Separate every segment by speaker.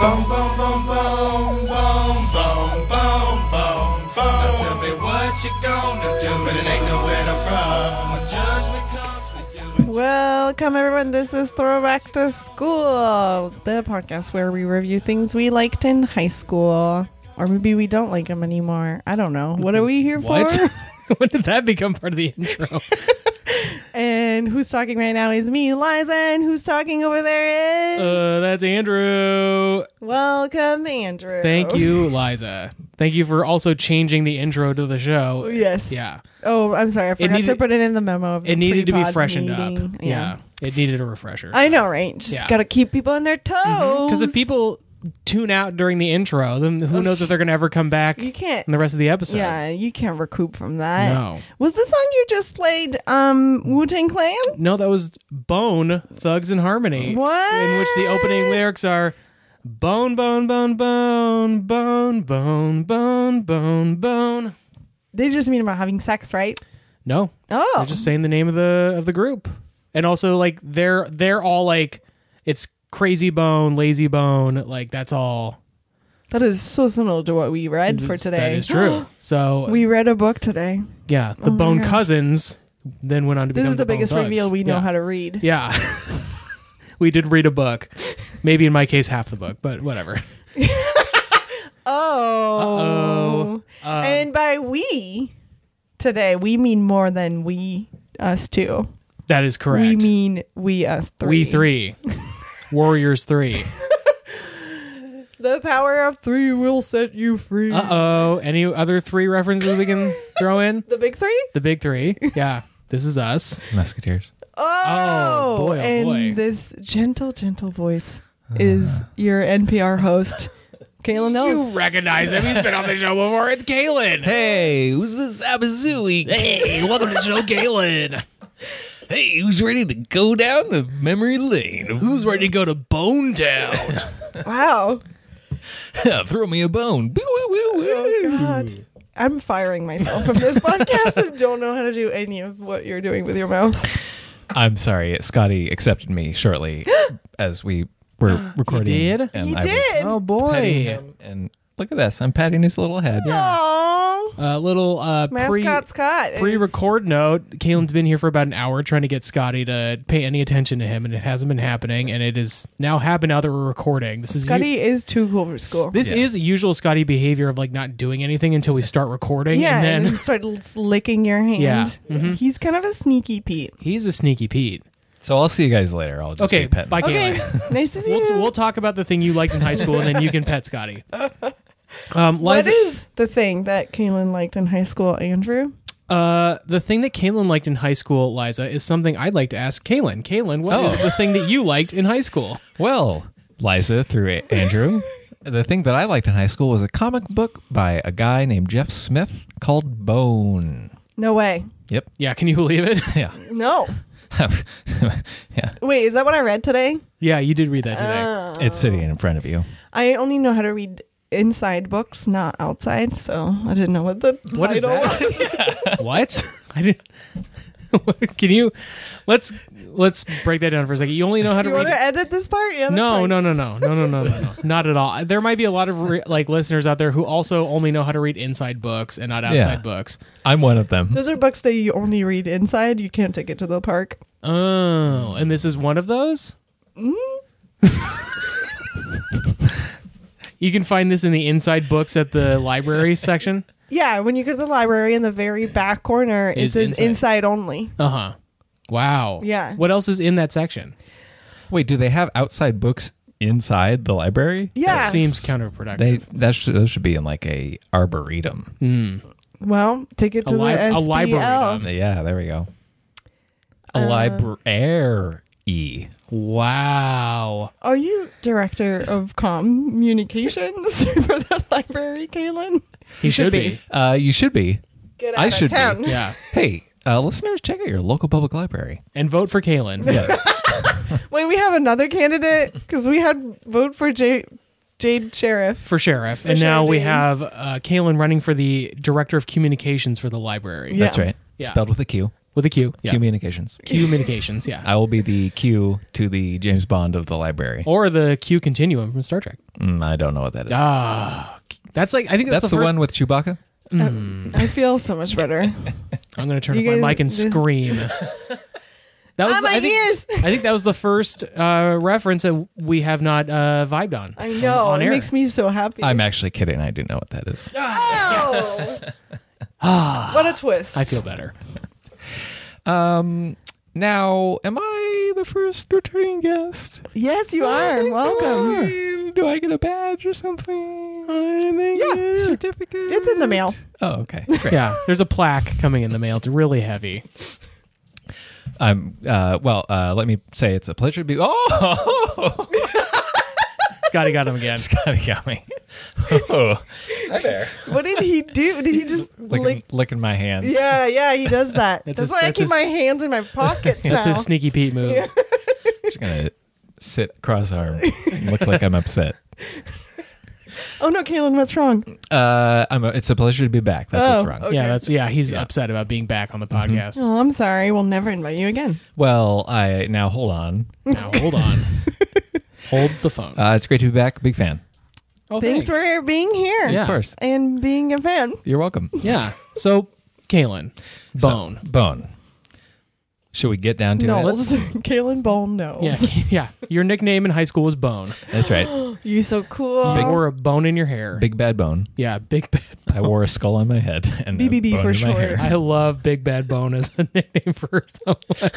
Speaker 1: Boom, boom, boom, boom, boom, boom, boom, boom, boom. Now tell me what you gonna do, but it ain't nowhere to run. When judgment comes for you.
Speaker 2: Welcome, everyone. This is Throwback to School, the podcast where we review things we liked in high school. Or maybe we don't like them anymore. I don't know. What are we here for?
Speaker 3: What? when did that become part of the intro?
Speaker 2: And who's talking right now is me, Liza, and who's talking over there is.
Speaker 3: uh, that's Andrew.
Speaker 2: Welcome, Andrew.
Speaker 3: Thank you, Liza. Thank you for also changing the intro to the show.
Speaker 2: Yes.
Speaker 3: Yeah.
Speaker 2: Oh, I'm sorry. I forgot to
Speaker 3: needed-
Speaker 2: put it in the memo. Of the
Speaker 3: It needed to be
Speaker 2: pre-pod
Speaker 3: freshened
Speaker 2: meeting.
Speaker 3: up. Yeah. It needed a refresher.
Speaker 2: I know, right? Just
Speaker 3: Yeah.
Speaker 2: got to keep people on their toes.
Speaker 3: Because if people tune out during the intro, then who knows if they're going to ever come back
Speaker 2: You
Speaker 3: in
Speaker 2: can't.
Speaker 3: the rest of the episode.
Speaker 2: Yeah, you can't recoup from that.
Speaker 3: No.
Speaker 2: Was the song you just played um Wu Tang Clan?
Speaker 3: No, that was Bone Thugs and Harmony.
Speaker 2: What?
Speaker 3: In which the opening lyrics are Bone, bone, bone, bone, bone, bone, bone, bone, bone.
Speaker 2: They just mean about having sex, right?
Speaker 3: No.
Speaker 2: Oh.
Speaker 3: They're just saying the name of the of the group. And also like they're they're all like it's crazy bone, lazy bone, like that's all
Speaker 2: That is so similar to what we read for today.
Speaker 3: That is true. so
Speaker 2: we read a book today.
Speaker 3: yeah, the
Speaker 2: my
Speaker 3: bone
Speaker 2: gosh.
Speaker 3: cousins then went on to
Speaker 2: This
Speaker 3: become
Speaker 2: is the,
Speaker 3: Bone
Speaker 2: biggest
Speaker 3: Thugs.
Speaker 2: reveal we know
Speaker 3: yeah.
Speaker 2: how to read.
Speaker 3: Yeah. we did read a book. Maybe in my case half the book, but whatever.
Speaker 2: Oh.
Speaker 3: Uh,
Speaker 2: and by we today, we mean more than we us two.
Speaker 3: Uh, that is correct.
Speaker 2: We mean we us three.
Speaker 3: We three. Warriors three.
Speaker 2: The power of three will set you free.
Speaker 3: Uh oh. Any other three references we can throw in?
Speaker 2: The big three?
Speaker 3: The big three. Yeah. This is us.
Speaker 4: Musketeers.
Speaker 2: Oh,
Speaker 3: boy, oh,
Speaker 2: and
Speaker 3: boy.
Speaker 2: this gentle, gentle voice is your NPR host, Kayla Knowles.
Speaker 3: You recognize him. He's been on the show before. It's Galen.
Speaker 4: Hey, who's this Abazooey?
Speaker 3: Hey, welcome to the show, Galen.
Speaker 4: Hey, who's ready to go down the memory lane?
Speaker 3: Who's ready to go to Bone Town?
Speaker 2: Wow.
Speaker 4: Throw me a bone. Boo, woo, woo, woo.
Speaker 2: Oh,
Speaker 3: Oh,
Speaker 2: God. I'm firing myself from this podcast and don't know how to do any of what you're doing with your mouth.
Speaker 4: I'm sorry, Scotty accepted me shortly as we were recording.
Speaker 3: did?
Speaker 4: And
Speaker 2: He
Speaker 4: I was
Speaker 2: did.
Speaker 3: oh
Speaker 4: petting
Speaker 3: boy,
Speaker 4: him, and look at this. I'm patting his little head.
Speaker 2: Oh,
Speaker 3: a little uh, pre
Speaker 2: mascot Scott. is-
Speaker 3: pre-record note. Galen's been here for about an hour trying to get Scotty to pay any attention to him, and it hasn't been happening. And it is now happened now that we're recording. This is
Speaker 2: Scotty is too cool for school.
Speaker 3: This
Speaker 4: Yeah.
Speaker 3: is usual Scotty behavior of like not doing anything until we start recording,
Speaker 2: yeah, and
Speaker 3: and
Speaker 2: then
Speaker 3: then
Speaker 2: you start l- licking your hand.
Speaker 3: Yeah.
Speaker 2: He's kind of a sneaky Pete.
Speaker 3: he's a sneaky Pete.
Speaker 4: So I'll see you guys later. I'll just
Speaker 3: Okay,
Speaker 4: be petting.
Speaker 3: bye, Galen.
Speaker 2: Okay, nice to see you.
Speaker 3: We'll, we'll talk about the thing you liked in high school, and then you can pet Scotty. Um,
Speaker 2: what
Speaker 3: Liza,
Speaker 2: is the thing that Kaylin liked in high school, Andrew?
Speaker 3: uh, the thing that Kaylin liked in high school, Liza, is something I'd like to ask Kaylin. Kaylin, what
Speaker 4: Oh.
Speaker 3: is the thing that you liked in high school?
Speaker 4: Well, Liza through A- Andrew, the thing that I liked in high school was a comic book by a guy named Jeff Smith called Bone.
Speaker 2: No way.
Speaker 4: Yep.
Speaker 3: Yeah, can you believe it?
Speaker 4: Yeah.
Speaker 2: No.
Speaker 4: yeah.
Speaker 2: Wait, is that what I read today?
Speaker 3: yeah, you did read that today.
Speaker 4: It's sitting in front of you.
Speaker 2: I only know how to read inside books, not outside, so I didn't know what the
Speaker 3: What is
Speaker 2: title
Speaker 3: that?
Speaker 2: was. Uh.
Speaker 3: what? I didn't. can you let's let's break that down for a second? You only know how to
Speaker 2: You
Speaker 3: read.
Speaker 2: want to edit this part? Yeah, that's
Speaker 3: No,
Speaker 2: fine.
Speaker 3: no, no, no, no, no, no, no, no, not at all. There might be a lot of re- like listeners out there who also only know how to read inside books and not outside
Speaker 4: Yeah.
Speaker 3: books.
Speaker 4: I'm one of them.
Speaker 2: Those are books that you only read inside. You can't take it to the park.
Speaker 3: Oh, and this is one of those. you can find this in the inside books at the library section.
Speaker 2: Yeah, when you go to the library in the very back corner, it
Speaker 3: Is
Speaker 2: says
Speaker 3: inside.
Speaker 2: inside. only.
Speaker 3: Uh huh. Wow.
Speaker 2: Yeah.
Speaker 3: What else is in that section?
Speaker 4: Wait, do they have outside books inside the library?
Speaker 2: Yeah.
Speaker 3: That seems counterproductive.
Speaker 4: They that should, those should be in like a arboretum.
Speaker 2: well, take it
Speaker 3: A
Speaker 2: to
Speaker 3: lib- a
Speaker 2: the SPL. Oh.
Speaker 3: library.
Speaker 4: Um, Yeah, there we go. A library.
Speaker 3: wow.
Speaker 2: Are you director of communications for the library, Kaylin?
Speaker 3: He should be.
Speaker 4: Uh, you should be.
Speaker 2: Get out
Speaker 4: I
Speaker 2: of
Speaker 4: should be,
Speaker 2: town.
Speaker 3: Yeah.
Speaker 4: Hey, uh, listeners, check out your local public library.
Speaker 3: And vote for Kalen.
Speaker 2: Wait, we have another candidate because we had vote for Jade, Jade Sheriff.
Speaker 3: for sheriff, and
Speaker 2: Sheriff
Speaker 3: now we
Speaker 2: Dean.
Speaker 3: have uh, Kalen running for the director of communications for the library.
Speaker 2: Yeah.
Speaker 4: That's right.
Speaker 3: Yeah.
Speaker 4: Spelled with a Q.
Speaker 3: with a Q. Yeah.
Speaker 4: Communications.
Speaker 3: Communications. Yeah.
Speaker 4: I will be the Q to the James Bond of the library.
Speaker 3: or the Q continuum from Star Trek.
Speaker 4: Mm, I don't know what that is.
Speaker 3: Ah, that's like I think that's,
Speaker 4: That's the
Speaker 3: first-
Speaker 4: one with Chewbacca.
Speaker 3: Hmm.
Speaker 2: I feel so much better.
Speaker 3: I'm gonna turn
Speaker 2: You
Speaker 3: off
Speaker 2: guys-
Speaker 3: my mic and
Speaker 2: this-
Speaker 3: scream. That was
Speaker 2: Ah, my
Speaker 3: I think,
Speaker 2: ears!
Speaker 3: I think that was the first uh, reference that we have not uh, vibed on.
Speaker 2: I know.
Speaker 3: on
Speaker 2: it
Speaker 3: air.
Speaker 2: makes me so happy.
Speaker 4: I'm actually kidding. I do know what that is.
Speaker 2: oh! Ah, what a twist.
Speaker 3: I feel better.
Speaker 4: Um, now, am I the first returning guest?
Speaker 2: Yes,
Speaker 3: Oh,
Speaker 2: you are. Welcome.
Speaker 4: Do I get a badge or something? I think
Speaker 2: Yeah.
Speaker 4: a certificate.
Speaker 2: It's in the mail.
Speaker 4: Oh, okay. Great.
Speaker 3: Yeah, there's a plaque coming in the mail. It's really heavy.
Speaker 4: I'm. Uh, well, uh, let me say it's a pleasure to be. Oh,
Speaker 3: Scotty got him again.
Speaker 4: Scotty got me. Oh,
Speaker 2: What did he do? Did he just
Speaker 4: licking,
Speaker 2: lick?
Speaker 4: licking my hand.
Speaker 2: Yeah, yeah, he does that.
Speaker 3: That's
Speaker 2: That's,
Speaker 3: his-
Speaker 2: why I
Speaker 3: that's
Speaker 2: keep
Speaker 3: his-
Speaker 2: my hands in my pockets
Speaker 3: That's
Speaker 2: now.
Speaker 3: a sneaky Pete move.
Speaker 4: just gonna sit cross-armed, and look like I'm upset.
Speaker 2: oh no, Kaylin, what's wrong?
Speaker 4: Uh, I'm. A, it's a pleasure to be back. That's
Speaker 2: Oh,
Speaker 4: what's wrong.
Speaker 2: okay.
Speaker 3: Yeah, that's yeah. He's
Speaker 4: Yeah. Mm-hmm.
Speaker 3: upset about being back on the podcast.
Speaker 2: Oh, I'm sorry. We'll never invite you again.
Speaker 4: Well, I now hold on.
Speaker 3: Now hold on, hold the phone.
Speaker 4: Uh, it's great to be back. Big fan.
Speaker 3: oh,
Speaker 2: Thanks, for being here
Speaker 3: Yeah.
Speaker 4: Of course.
Speaker 2: and being a fan.
Speaker 4: You're welcome.
Speaker 3: yeah. So, Kalen, bone.
Speaker 4: So, bone. Should we get down to it?
Speaker 2: Knowles. Kaylin Bone Knowles.
Speaker 3: yeah, yeah. Your nickname in high school was Bone.
Speaker 4: That's right.
Speaker 2: You so cool.
Speaker 3: You wore a bone in your hair.
Speaker 4: Big bad bone.
Speaker 3: yeah, big bad.
Speaker 4: I wore a skull on my head and a
Speaker 2: BBB
Speaker 4: bone
Speaker 2: for
Speaker 4: in my
Speaker 2: short.
Speaker 4: hair.
Speaker 3: I love Big Bad Bone as a nickname for someone.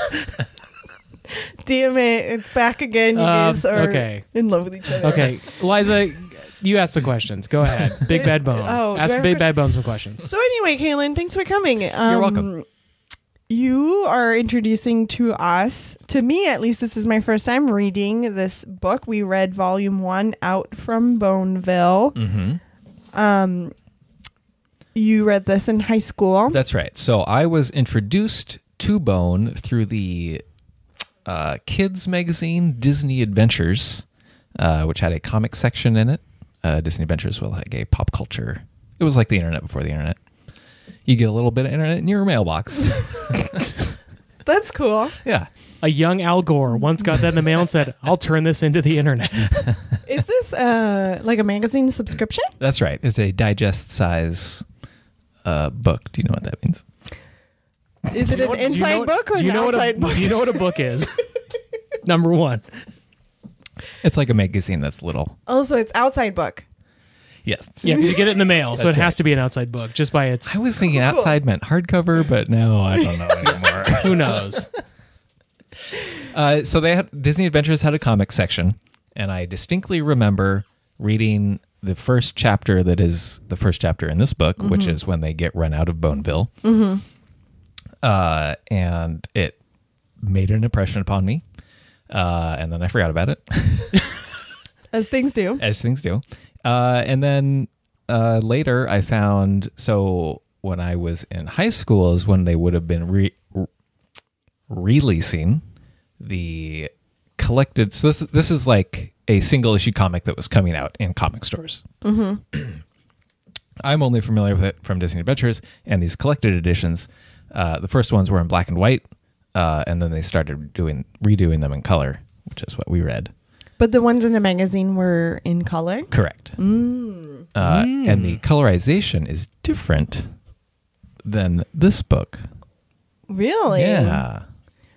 Speaker 2: Damn it. It's back again. You
Speaker 3: Um,
Speaker 2: guys are
Speaker 3: okay.
Speaker 2: in love with each other.
Speaker 3: Okay, Liza, you ask the questions. Go ahead. Big Bad Bone.
Speaker 2: Oh,
Speaker 3: ask
Speaker 2: do I-
Speaker 3: Big Bad Bone some questions.
Speaker 2: So anyway, Kaylin, thanks for coming. Um,
Speaker 4: welcome.
Speaker 2: You are introducing to us, to me at least, this is my first time reading this book. We read volume one, Out from Boneville.
Speaker 4: Mm-hmm.
Speaker 2: Um, you read this in high school.
Speaker 4: That's right. So I was introduced to Bone through the uh, kids magazine Disney Adventures, uh, which had a comic section in it. Uh, Disney Adventures was like a pop culture. It was like the internet before the internet. You get a little bit of internet in your mailbox.
Speaker 2: That's cool.
Speaker 4: yeah.
Speaker 3: A young Al Gore once got that in the mail and said, "I'll turn this into the internet."
Speaker 2: Is this uh, like a magazine subscription?
Speaker 4: That's right. It's a digest size uh, book. Do you know what that means?
Speaker 2: Is it an
Speaker 3: Do you know
Speaker 2: inside
Speaker 3: what-
Speaker 2: book or
Speaker 3: do you
Speaker 2: an
Speaker 3: know what a-
Speaker 2: outside book?
Speaker 3: Do you know what a book is? Number one.
Speaker 4: It's like a magazine that's little.
Speaker 2: Also, it's outside book.
Speaker 4: Yes.
Speaker 3: Yeah, 'cause you get it in the mail, so it
Speaker 4: That's
Speaker 3: has
Speaker 4: right.
Speaker 3: to be an outside book just by its.
Speaker 4: I was thinking outside meant hardcover, but now I don't know anymore.
Speaker 3: Who knows?
Speaker 4: Uh, so they had Disney Adventures had a comic section, and I distinctly remember reading the first chapter that is the first chapter in this book, which is when they get run out of Boneville. Mm-hmm. Uh, and it made an impression upon me. Uh, and then I forgot about it,
Speaker 2: As things do.
Speaker 3: Eh.
Speaker 4: as things do. Uh, and then uh, later, I found so when I was in high school is when they would have been re- re- releasing the collected. So this this is like a single issue comic that was coming out in comic stores. Mm-hmm. I'm only familiar with it from Disney Adventures and these collected editions. Uh, the first ones were in black and white, uh, and then they started doing redoing them in color, which is what we read.
Speaker 2: But the ones in the magazine were in color.
Speaker 4: Correct.
Speaker 2: Mm.
Speaker 4: Uh, And the colorization is different than this book.
Speaker 2: Really?
Speaker 4: Yeah.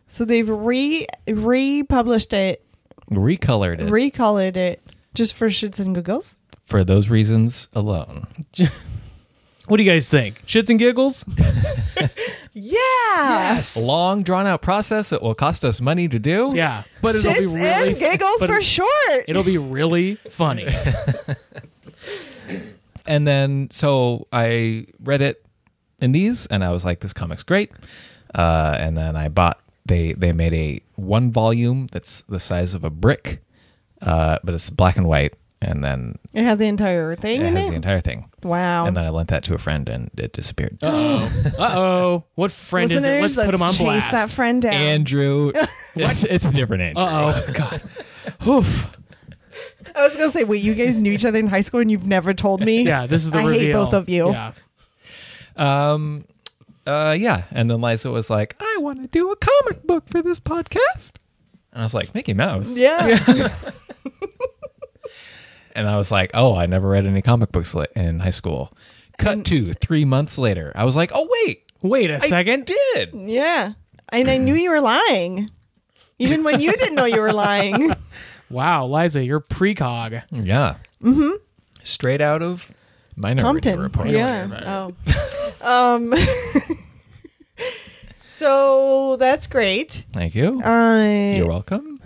Speaker 2: So they've re republished it,
Speaker 4: Recolored it
Speaker 2: recolored it, just for shits and giggles.
Speaker 4: for those reasons alone.
Speaker 3: What do you guys think? Shits and giggles?
Speaker 2: Yeah.
Speaker 4: A long, drawn out process that will cost us money to do.
Speaker 3: Yeah, but it'll be
Speaker 2: Shits
Speaker 3: really
Speaker 2: and giggles
Speaker 3: but
Speaker 2: for short.
Speaker 3: It'll be really funny.
Speaker 4: And then, so I read it in these, and I was like, this comic's great. Uh, and then I bought, they, they made a one volume that's the size of a brick, uh, but it's black and white. And then
Speaker 2: It has the entire thing
Speaker 4: it
Speaker 2: in
Speaker 4: has
Speaker 2: it.
Speaker 4: the entire thing.
Speaker 2: wow.
Speaker 4: And then I lent that to a friend and it disappeared.
Speaker 3: Uh oh. Uh oh. What friend
Speaker 2: Listeners,
Speaker 3: is it? Let's, put him on
Speaker 2: chase
Speaker 3: blast.
Speaker 2: that friend down.
Speaker 4: Andrew. it's, it's a different Andrew.
Speaker 3: uh oh. God.
Speaker 2: I was gonna say, wait, you guys knew each other in high school and you've never told me?
Speaker 3: Yeah, this is the
Speaker 2: I hate
Speaker 3: reveal.
Speaker 2: both of you.
Speaker 3: Yeah.
Speaker 4: Um, uh, yeah. And then Liza was like, I want to do a comic book for this podcast. And I was like, Mickey Mouse.
Speaker 2: Yeah.
Speaker 4: And I was like, oh, I never read any comic books li- in high school. Cut to three months later. I was like, oh, wait,
Speaker 3: Wait a
Speaker 4: I
Speaker 3: second.
Speaker 4: did.
Speaker 2: Yeah. And I knew you were lying. Even when you didn't know you were lying.
Speaker 3: Wow, Liza, you're precog.
Speaker 4: Yeah. Mm-hmm. Straight out of Minority
Speaker 2: Compton.
Speaker 4: Report.
Speaker 2: Yeah. Oh. um So that's great.
Speaker 4: Thank you.
Speaker 2: Uh,
Speaker 4: You're welcome.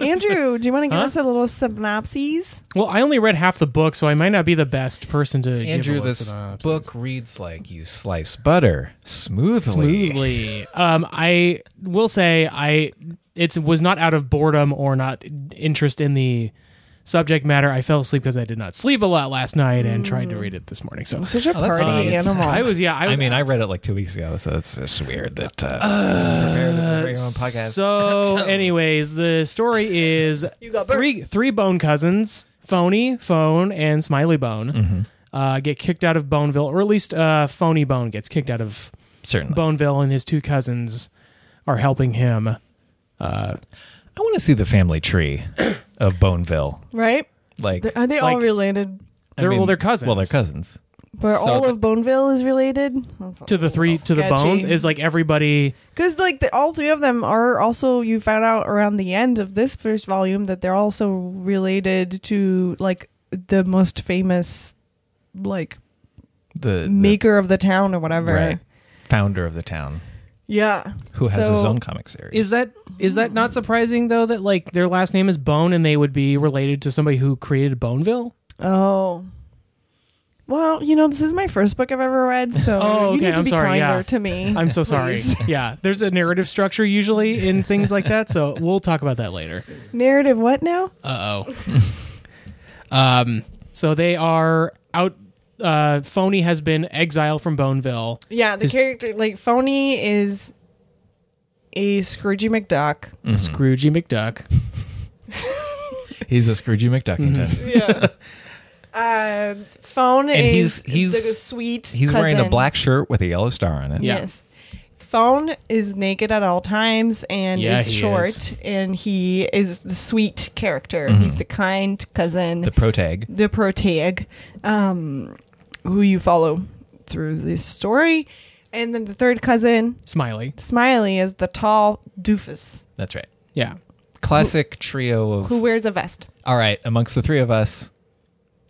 Speaker 2: Andrew, do you want to give
Speaker 3: Huh?
Speaker 2: us a little synopsis?
Speaker 3: Well, I only read half the book, so I might not be the best person to
Speaker 4: Andrew,
Speaker 3: give a list
Speaker 4: this
Speaker 3: of uh, synopsis.
Speaker 4: book reads like you slice butter smoothly.
Speaker 3: smoothly. Um, I will say I it was not out of boredom or not interest in the subject matter. I fell asleep because I did not sleep a lot last night and tried to
Speaker 4: Mm.
Speaker 3: read it this morning. So
Speaker 2: Such a
Speaker 4: that's
Speaker 2: party
Speaker 4: fine. It's-
Speaker 2: animal.
Speaker 3: Oh, I was yeah. I,
Speaker 4: I,
Speaker 3: was
Speaker 4: mean, I read it like two weeks ago, so it's just weird that uh, prepared for your own podcast.
Speaker 3: So, anyways, the story is
Speaker 2: You got burnt.
Speaker 3: three three bone cousins, Phony, Phone, and Smiley Bone, uh, get kicked out of Boneville, or at least uh, Phony Bone gets kicked out of
Speaker 4: Certainly.
Speaker 3: Boneville, and his two cousins are helping him. Uh,
Speaker 4: I want to see the family tree of Boneville.
Speaker 2: right?
Speaker 4: Like,
Speaker 2: Are they all
Speaker 4: like-
Speaker 2: related?
Speaker 4: I
Speaker 3: uh, They're-
Speaker 4: mean,
Speaker 3: well, they're cousins.
Speaker 4: Well, they're cousins.
Speaker 2: But
Speaker 4: So
Speaker 2: all
Speaker 4: the-
Speaker 2: of Boneville is related That's a
Speaker 3: to the three
Speaker 2: little
Speaker 3: to the
Speaker 2: sketchy.
Speaker 3: bones is like everybody
Speaker 2: Because like the, all three of them are also you found out around the end of this first volume that they're also related to like the most famous like
Speaker 4: The, the
Speaker 2: maker of the town or whatever.
Speaker 4: right, founder of the town
Speaker 2: Yeah.
Speaker 4: who has his
Speaker 2: So-
Speaker 4: own comic series.
Speaker 3: is that is that not surprising though that like their last name is Bone and they would be related to somebody who created Boneville.
Speaker 2: Oh. Well, you know, this is my first book I've ever read, so
Speaker 3: Oh, okay,
Speaker 2: you need to
Speaker 3: I'm
Speaker 2: be
Speaker 3: sorry,
Speaker 2: kinder
Speaker 3: yeah.
Speaker 2: to me.
Speaker 3: I'm so sorry.
Speaker 2: please.
Speaker 3: Yeah, there's a narrative structure usually in things like that, so we'll talk about that later.
Speaker 2: Narrative what now?
Speaker 3: Uh oh. um, so they are out. Uh, Phony has been exiled from Boneville.
Speaker 2: Yeah, the
Speaker 3: His-
Speaker 2: character like Phony is a Scroogey McDuck.
Speaker 3: Scroogey McDuck.
Speaker 4: He's a Scroogey McDuckington.
Speaker 3: Mm-hmm.
Speaker 2: Yeah. uh, phone
Speaker 4: And
Speaker 2: is
Speaker 4: he's- he's-
Speaker 2: the sweet.
Speaker 4: He's wearing a
Speaker 2: cousin.
Speaker 4: black shirt with a yellow star on it.
Speaker 3: Yeah.
Speaker 2: Yes. Phone is naked at all times and
Speaker 3: Yeah,
Speaker 2: is
Speaker 3: he
Speaker 2: short,
Speaker 3: is.
Speaker 2: and he is the sweet character. He's the kind cousin,
Speaker 4: Mm-hmm. The
Speaker 2: the,
Speaker 4: protag.
Speaker 2: protag, um, who you follow through this story. And then the third cousin,
Speaker 3: Smiley.
Speaker 2: Smiley, is the tall doofus
Speaker 4: That's right.
Speaker 3: Yeah.
Speaker 4: Classic trio of.
Speaker 2: who wears a vest.
Speaker 4: All right, amongst the three of us,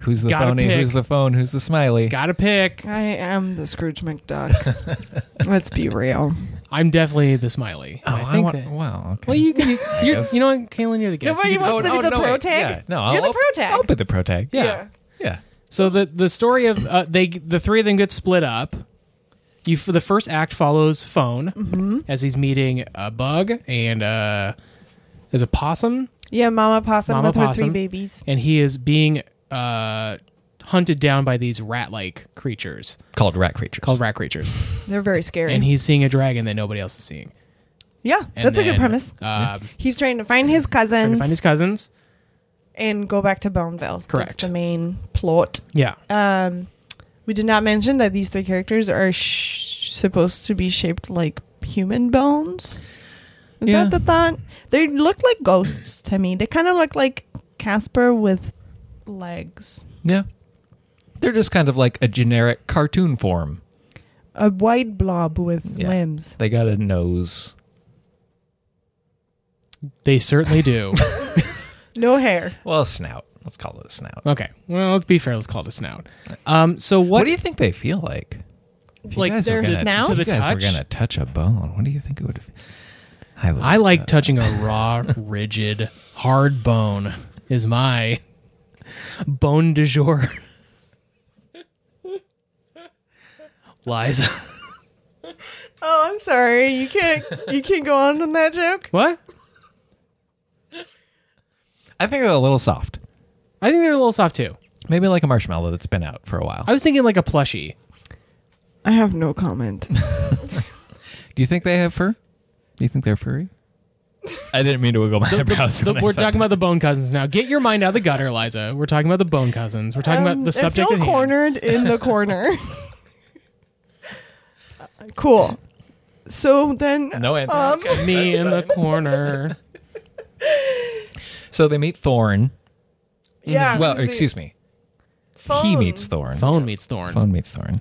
Speaker 4: who's the
Speaker 3: Gotta
Speaker 4: phony?
Speaker 3: pick.
Speaker 4: Who's the phone? Who's the smiley?
Speaker 3: Gotta pick.
Speaker 2: I am the Scrooge McDuck. Let's be real.
Speaker 3: I'm definitely the Smiley.
Speaker 4: oh, I,
Speaker 3: think
Speaker 4: want.
Speaker 3: that-
Speaker 4: Wow. Okay.
Speaker 3: Well, you can. You're,
Speaker 4: guess.
Speaker 3: you know what, Kaylin, you're the guest.
Speaker 2: Nobody
Speaker 3: You can-
Speaker 2: wants to be the
Speaker 4: wait,
Speaker 2: protag.
Speaker 4: Yeah, Oh, no, I'll,
Speaker 2: You're the
Speaker 4: I'll-
Speaker 2: protag.
Speaker 4: I'll be the protag. Yeah.
Speaker 3: yeah.
Speaker 4: Yeah.
Speaker 3: So the the story of uh, they the three of them get split up. You for the first act follows Phone
Speaker 4: Mm-hmm.
Speaker 3: as he's meeting a bug and uh, there's a possum,
Speaker 2: Yeah, Mama Possum
Speaker 3: Mama
Speaker 2: with her three
Speaker 3: Possum.
Speaker 2: babies.
Speaker 3: and he is being uh, hunted down by these rat like creatures
Speaker 4: Called rat creatures.
Speaker 3: called rat creatures,
Speaker 2: They're very scary.
Speaker 3: and he's seeing a dragon that nobody else is seeing.
Speaker 2: yeah,
Speaker 3: And
Speaker 2: that's a
Speaker 3: then,
Speaker 2: good premise.
Speaker 3: Um,
Speaker 2: He's trying to find his
Speaker 3: trying to
Speaker 2: cousins
Speaker 3: find his cousins.
Speaker 2: and go back to Boneville.
Speaker 3: Correct.
Speaker 2: That's the main plot.
Speaker 3: Yeah,
Speaker 2: Um, we did not mention that these three characters are sh- supposed to be shaped like human bones. Is
Speaker 4: Yeah.
Speaker 2: that the thought? They look like ghosts to me. They kind of look like Casper with legs.
Speaker 4: Yeah. They're just kind of like a generic cartoon form.
Speaker 2: A white blob with
Speaker 4: Yeah.
Speaker 2: limbs.
Speaker 4: They got a nose.
Speaker 3: they certainly do.
Speaker 2: No hair.
Speaker 4: Well, a snout. Let's call it a snout. What,
Speaker 3: okay, well, let's be fair. Let's call it a snout. Um, so what,
Speaker 4: do you think they feel like? If you
Speaker 3: Like
Speaker 4: guys were
Speaker 2: their
Speaker 4: gonna-
Speaker 2: snout?
Speaker 4: if
Speaker 3: To
Speaker 4: You
Speaker 3: the
Speaker 4: guys were
Speaker 3: touch?
Speaker 4: gonna touch a bone. What do you think it would? Feel? I, was,
Speaker 3: I like
Speaker 4: uh,
Speaker 3: touching a raw, rigid, hard bone. Is my bone du jour, Liza?
Speaker 2: Oh, I'm sorry. You can't. You can't go on on that joke.
Speaker 3: What?
Speaker 4: I think they're a little soft.
Speaker 3: I think they're a little soft too.
Speaker 4: Maybe like a marshmallow that's been out for a while.
Speaker 3: I was thinking like a plushie.
Speaker 2: I have no comment.
Speaker 4: Do you think they have fur? Do you think they're furry? I didn't mean to wiggle my eyebrows.
Speaker 3: The-
Speaker 4: when I
Speaker 3: we're
Speaker 4: said
Speaker 3: talking
Speaker 4: that.
Speaker 3: about the bone cousins now. Get your mind out of the gutter, Liza. We're talking about the bone cousins. We're talking about
Speaker 2: Um,
Speaker 3: the subject
Speaker 2: I feel
Speaker 3: at hand.
Speaker 2: cornered in the corner. Cool. So then, um,
Speaker 4: No anthrax.
Speaker 3: Me in the corner.
Speaker 4: so they meet Thorn.
Speaker 2: yeah.
Speaker 4: Mm-hmm. Well,
Speaker 2: who's the-
Speaker 4: excuse me. He
Speaker 2: Phone.
Speaker 4: meets Thorn.
Speaker 3: Phone meets Thorn.
Speaker 4: Phone meets Thorn.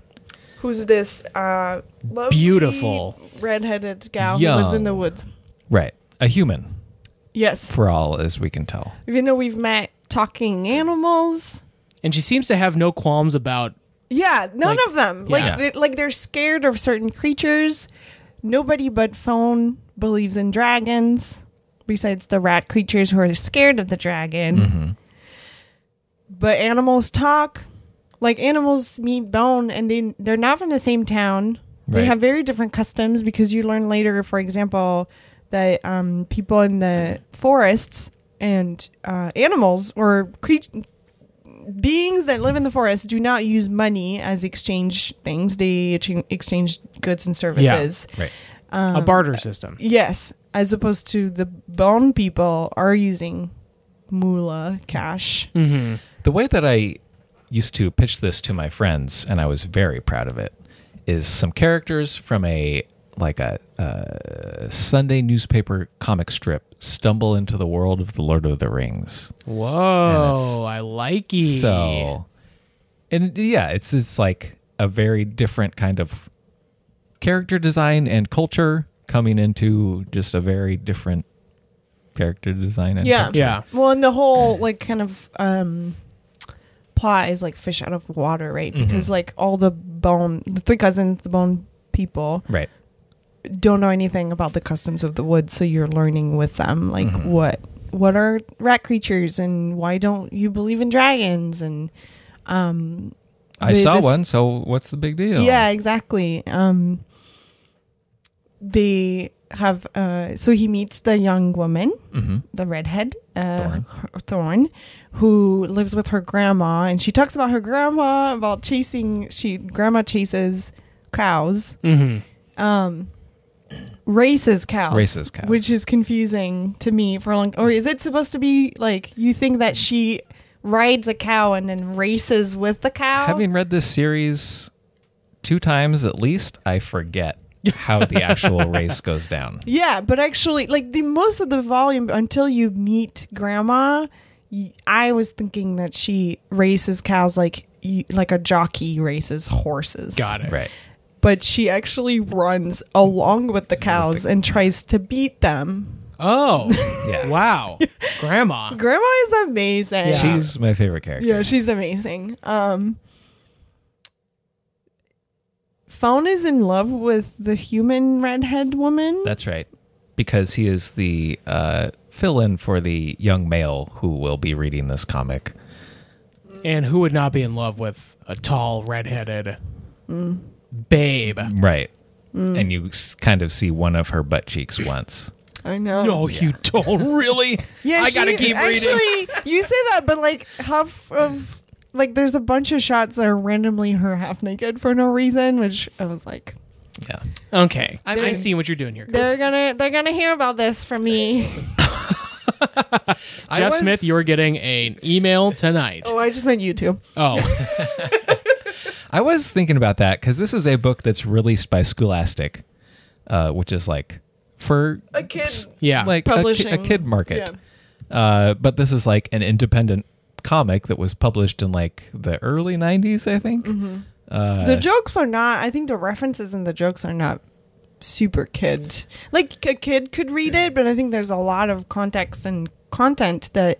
Speaker 2: Who's this? Uh, low-key
Speaker 3: Beautiful.
Speaker 2: redheaded gal who lives in the
Speaker 4: Young.
Speaker 2: woods.
Speaker 4: Right. A human,
Speaker 2: Yes.
Speaker 4: for all as we can tell.
Speaker 2: Even though we've met talking animals.
Speaker 3: And she seems to have no qualms about
Speaker 2: Yeah, none
Speaker 3: Like-
Speaker 2: of them.
Speaker 4: Yeah.
Speaker 2: Like, they, like they're scared of certain creatures. Nobody but Phone believes in dragons, besides the rat creatures who are scared of the dragon.
Speaker 4: Mm-hmm.
Speaker 2: But animals talk. Like animals meet Bone, and they they're not from the same town. They
Speaker 4: Right.
Speaker 2: have very different customs because you learn later, for example, that um, people in the forests and uh, animals or creatures beings that live in the forest do not use money as exchange things. They ex- exchange goods and services.
Speaker 4: Right.
Speaker 2: Um,
Speaker 3: a barter system.
Speaker 2: Yes, as opposed to the bone people are using moolah cash.
Speaker 4: The way that I used to pitch this to my friends, and I was very proud of it, is some characters from a like a, a Sunday newspaper comic strip stumble into the world of the Lord of the Rings. And it's-
Speaker 3: Whoa, I like it.
Speaker 4: So, and yeah, it's it's like a very different kind of character design and culture coming into just a very different character design and
Speaker 2: Yeah.
Speaker 4: culture.
Speaker 3: yeah.
Speaker 2: Well, and the whole like kind of um plot is like fish out of water, right? Because like all the bone, the three cousins, the bone people
Speaker 4: right.
Speaker 2: don't know anything about the customs of the woods, so you're learning with them like what what are rat creatures and why don't you believe in dragons and um
Speaker 4: I
Speaker 2: the-
Speaker 4: saw
Speaker 2: this-
Speaker 4: one, so what's the big deal?
Speaker 2: yeah, exactly. Um they have uh so he meets the young woman, the redhead, uh
Speaker 4: Mm-hmm. Thorn.
Speaker 2: her- Thorn, who lives with her grandma and she talks about her grandma about chasing she grandma chases cows
Speaker 3: Mm-hmm.
Speaker 2: um races cows
Speaker 4: Races cows.
Speaker 2: which is confusing to me for a long or is it supposed to be like you think that she rides a cow and then races with the cow
Speaker 4: Having read this series two times at least, I forget how the actual race goes down.
Speaker 2: yeah but actually like the most of the volume until you meet grandma y- i was thinking that she races cows like y- like a jockey races horses
Speaker 3: Got it.
Speaker 4: Right.
Speaker 2: but she actually runs along with the cows and tries to beat them
Speaker 3: Oh,
Speaker 4: Yeah.
Speaker 3: wow. Grandma.
Speaker 2: grandma is amazing
Speaker 3: Yeah.
Speaker 4: She's my favorite character.
Speaker 2: Yeah, she's amazing. Um Phone is in love with the human redhead woman.
Speaker 4: That's right. Because he is the uh, fill in for the young male who will be reading this comic.
Speaker 3: And who would not be in love with a tall, redheaded
Speaker 2: Mm.
Speaker 3: babe?
Speaker 4: Right. And you s- kind of see one of her butt cheeks once.
Speaker 2: I know.
Speaker 3: No, you don't really.
Speaker 2: yeah,
Speaker 3: I gotta
Speaker 2: she-
Speaker 3: keep
Speaker 2: actually,
Speaker 3: reading.
Speaker 2: you say that, but like half of like there's a bunch of shots that are randomly her half naked for no reason, which I was like,
Speaker 4: Yeah.
Speaker 3: Okay, I'm,
Speaker 2: They're-
Speaker 3: I'm seeing what you're doing here.
Speaker 2: they're gonna they're gonna hear about this from me.
Speaker 4: I
Speaker 3: Jeff
Speaker 4: was-
Speaker 3: Smith, you're getting an email tonight.
Speaker 2: oh, I just meant you two.
Speaker 3: Oh,
Speaker 4: I was thinking about that because this is a book that's released by Scholastic, uh, which is like for
Speaker 2: A kid
Speaker 3: yeah.
Speaker 4: like a ki-
Speaker 2: Publishing.
Speaker 4: a, kid market. Uh, but this is like an independent comic that was published in like the early 90s, I think. Uh,
Speaker 2: the jokes are not i think the references and the jokes are not super kid like a kid could read it but i think there's a lot of context and content that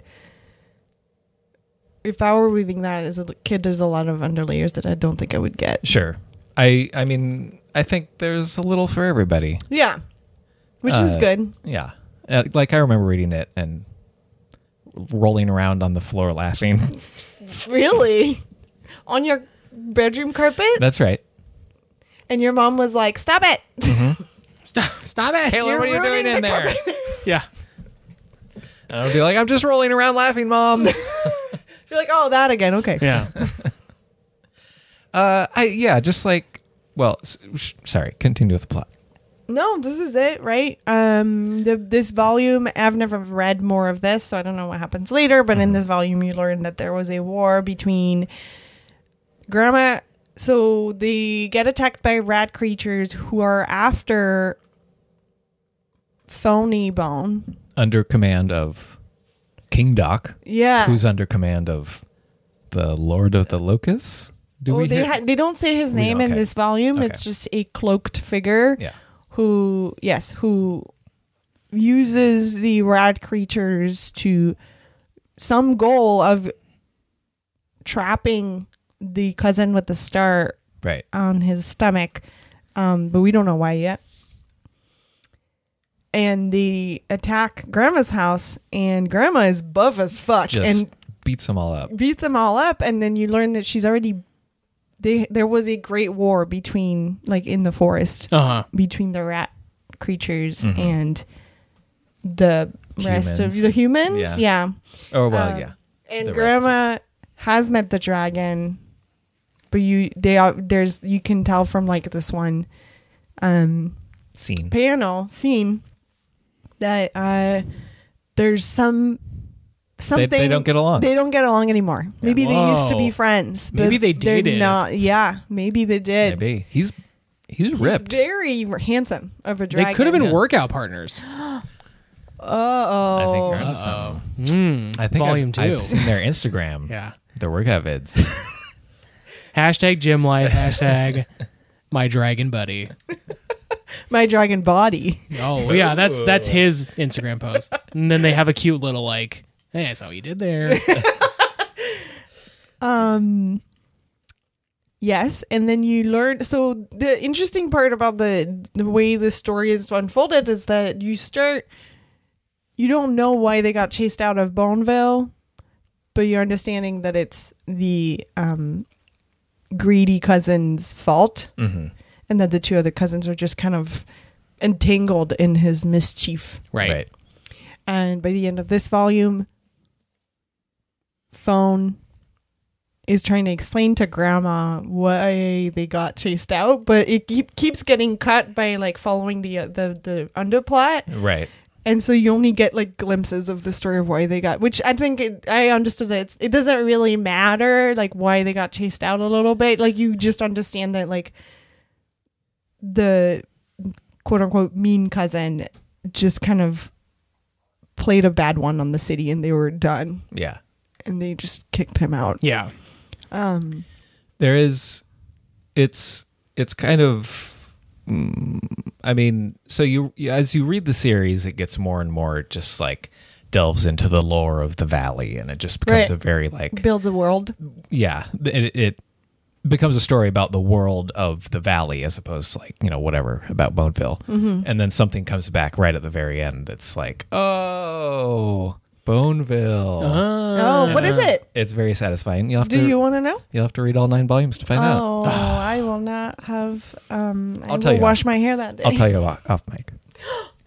Speaker 2: if i were reading that as a kid there's a lot of underlayers that i don't think i would get
Speaker 4: sure. I I mean, I think there's a little for everybody.
Speaker 2: yeah which is
Speaker 4: Uh,
Speaker 2: good
Speaker 4: Yeah. Uh, like I remember reading it and rolling around on the floor laughing.
Speaker 2: really on your bedroom carpet
Speaker 4: That's right.
Speaker 2: and your mom was like stop it
Speaker 3: stop, stop it, Halo.
Speaker 2: You're
Speaker 3: what are you doing
Speaker 2: ruining the
Speaker 3: in there? yeah.
Speaker 4: And I'd be like, I'm just rolling around laughing, mom.
Speaker 2: you're like oh that again okay
Speaker 3: Yeah.
Speaker 4: uh, I yeah, just like well, s- sh- sorry. Continue with the plot.
Speaker 2: No, this is it, right? Um, the, this volume, I've never read more of this, so I don't know what happens
Speaker 3: Mm-hmm.
Speaker 2: later. But in this volume, you learn that there was a war between Grandma so they get attacked by rat creatures who are after Phony Bone.
Speaker 4: under command of King Doc,
Speaker 2: Yeah.
Speaker 4: who's under command of the Lord of the Locusts. Do
Speaker 2: oh,
Speaker 4: we?
Speaker 2: they
Speaker 4: hit-
Speaker 2: ha- they don't say his
Speaker 4: We-
Speaker 2: name in
Speaker 4: okay.
Speaker 2: this volume.
Speaker 4: Okay.
Speaker 2: It's just a cloaked figure
Speaker 4: yeah.
Speaker 2: who, yes, who uses the rat creatures to some goal of trapping the cousin with the star
Speaker 4: Right.
Speaker 2: on his stomach, um, but we don't know why yet. And they attack Grandma's house, and Grandma is buff as fuck
Speaker 4: Just
Speaker 2: and
Speaker 4: beats them all up.
Speaker 2: beats them all up. And then you learn that she's already they there was a great war between like in the forest
Speaker 3: Uh huh.
Speaker 2: between the rat creatures and the rest of
Speaker 4: Mm-hmm. Humans.
Speaker 2: the humans.
Speaker 4: Yeah.
Speaker 2: yeah.
Speaker 4: Oh well,
Speaker 2: Um,
Speaker 4: yeah.
Speaker 2: And
Speaker 4: the rest
Speaker 2: grandma has met the dragon, but you they are there's you can tell from like this one um
Speaker 4: Scene.
Speaker 2: panel scene that uh there's some
Speaker 4: They,
Speaker 2: something
Speaker 4: they don't get along.
Speaker 2: they don't get along anymore. Maybe they used to be
Speaker 3: Whoa.
Speaker 2: friends. but
Speaker 3: Maybe they
Speaker 2: they're
Speaker 3: dated.
Speaker 2: Not, yeah, maybe they did.
Speaker 4: Maybe he's he's
Speaker 2: He's
Speaker 4: ripped.
Speaker 2: very handsome of a dragon.
Speaker 3: They could have been
Speaker 4: Yeah.
Speaker 3: workout partners.
Speaker 4: I think
Speaker 2: Uh
Speaker 4: you're onto
Speaker 3: Uh-oh.
Speaker 4: something.
Speaker 3: Mm.
Speaker 4: I think
Speaker 3: volume
Speaker 4: I've,
Speaker 3: two.
Speaker 4: I've seen their Instagram.
Speaker 3: yeah.
Speaker 4: The workout vids.
Speaker 3: Hashtag gym life. Hashtag my dragon buddy.
Speaker 2: oh, my dragon body.
Speaker 3: Oh yeah, that's that's his Instagram post. And then they have a cute little like, hey, I saw what you did there.
Speaker 2: Um yes, and then you learn so the interesting part about the the way the story is unfolded is that you start you don't know why they got chased out of Boneville, but you're understanding that it's the um greedy cousin's fault
Speaker 4: Mm-hmm.
Speaker 2: and that the two other cousins are just kind of entangled in his mischief.
Speaker 3: Right.
Speaker 2: And by the end of this volume, Phone is trying to explain to Grandma why they got chased out, but it keep, keeps getting cut by like following the uh, the the underplot,
Speaker 4: Right.
Speaker 2: and so you only get like glimpses of the story of why they got. Which I think it, I understood that it's, it doesn't really matter like why they got chased out a little bit. Like you just understand that like the quote unquote mean cousin just kind of played a bad one on the city and they were done
Speaker 4: Yeah.
Speaker 2: and they just kicked him out.
Speaker 3: Yeah.
Speaker 2: Um
Speaker 4: There is. It's it's kind of. mm, I mean, so you you- as you read the series, it gets more and more just like delves into the lore of the valley, and it just becomes
Speaker 2: Right.
Speaker 4: a very like
Speaker 2: builds a world.
Speaker 4: yeah, it, it becomes a story about the world of the valley as opposed to like you know whatever about Boneville,
Speaker 2: Mm-hmm.
Speaker 4: and then something comes back right at the very end that's like oh Boneville.
Speaker 3: Uh,
Speaker 2: oh, what is it?
Speaker 4: It's very satisfying. You'll have
Speaker 2: Do
Speaker 4: to
Speaker 2: you want to know?
Speaker 4: you'll have to read all nine volumes to find out.
Speaker 2: Oh, I will not have um I
Speaker 4: I'll tell
Speaker 2: will
Speaker 4: you.
Speaker 2: wash my hair that day.
Speaker 4: I'll tell you off, off mic.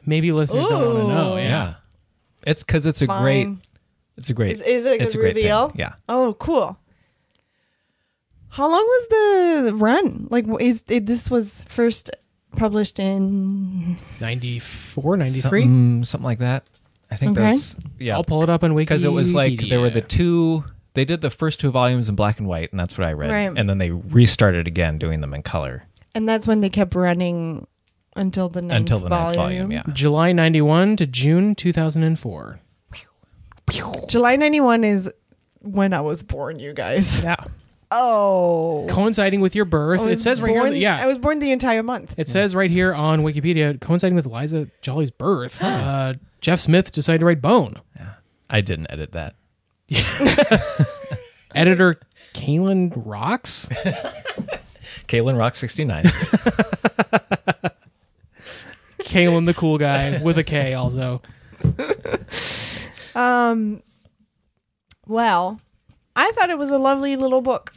Speaker 3: Maybe listeners don't want to know.
Speaker 4: Yeah.
Speaker 3: Yeah.
Speaker 4: It's because it's a
Speaker 2: Oh, Fine.
Speaker 4: great. It's a great.
Speaker 2: Is, is it a
Speaker 4: it's
Speaker 2: good
Speaker 4: a great
Speaker 2: reveal?
Speaker 4: Thing. Yeah.
Speaker 2: Oh, cool. How long was the run? Like, wh- is it, this was first published in?
Speaker 3: 94, 93.
Speaker 4: Something, something like that. I think
Speaker 2: Okay.
Speaker 4: that's yeah.
Speaker 3: I'll pull it up on Wikipedia.
Speaker 4: Because it was like there were the two. They did the first two volumes in black and white, and that's what I read.
Speaker 2: Right.
Speaker 4: And then they restarted again doing them in color
Speaker 2: And that's when they kept running until the ninth
Speaker 4: until the
Speaker 2: volume.
Speaker 4: ninth volume. Yeah.
Speaker 3: July 91 to June 2004.
Speaker 2: July ninety one is when I was born, you guys.
Speaker 4: Yeah.
Speaker 2: Oh,
Speaker 3: Coinciding with your birth.
Speaker 2: I
Speaker 3: It
Speaker 2: was
Speaker 3: says right here.
Speaker 2: born,
Speaker 3: that- Yeah.
Speaker 2: I was born the entire month.
Speaker 3: It says right here on Wikipedia, coinciding with Liza Jolly's birth, uh, Jeff Smith decided to write Bone.
Speaker 4: I didn't edit that.
Speaker 3: Editor Kalen Rocks?
Speaker 4: Caitlin Rock sixty nine.
Speaker 3: Kalen the cool guy with a K also.
Speaker 2: Um, well, I thought it was a lovely little book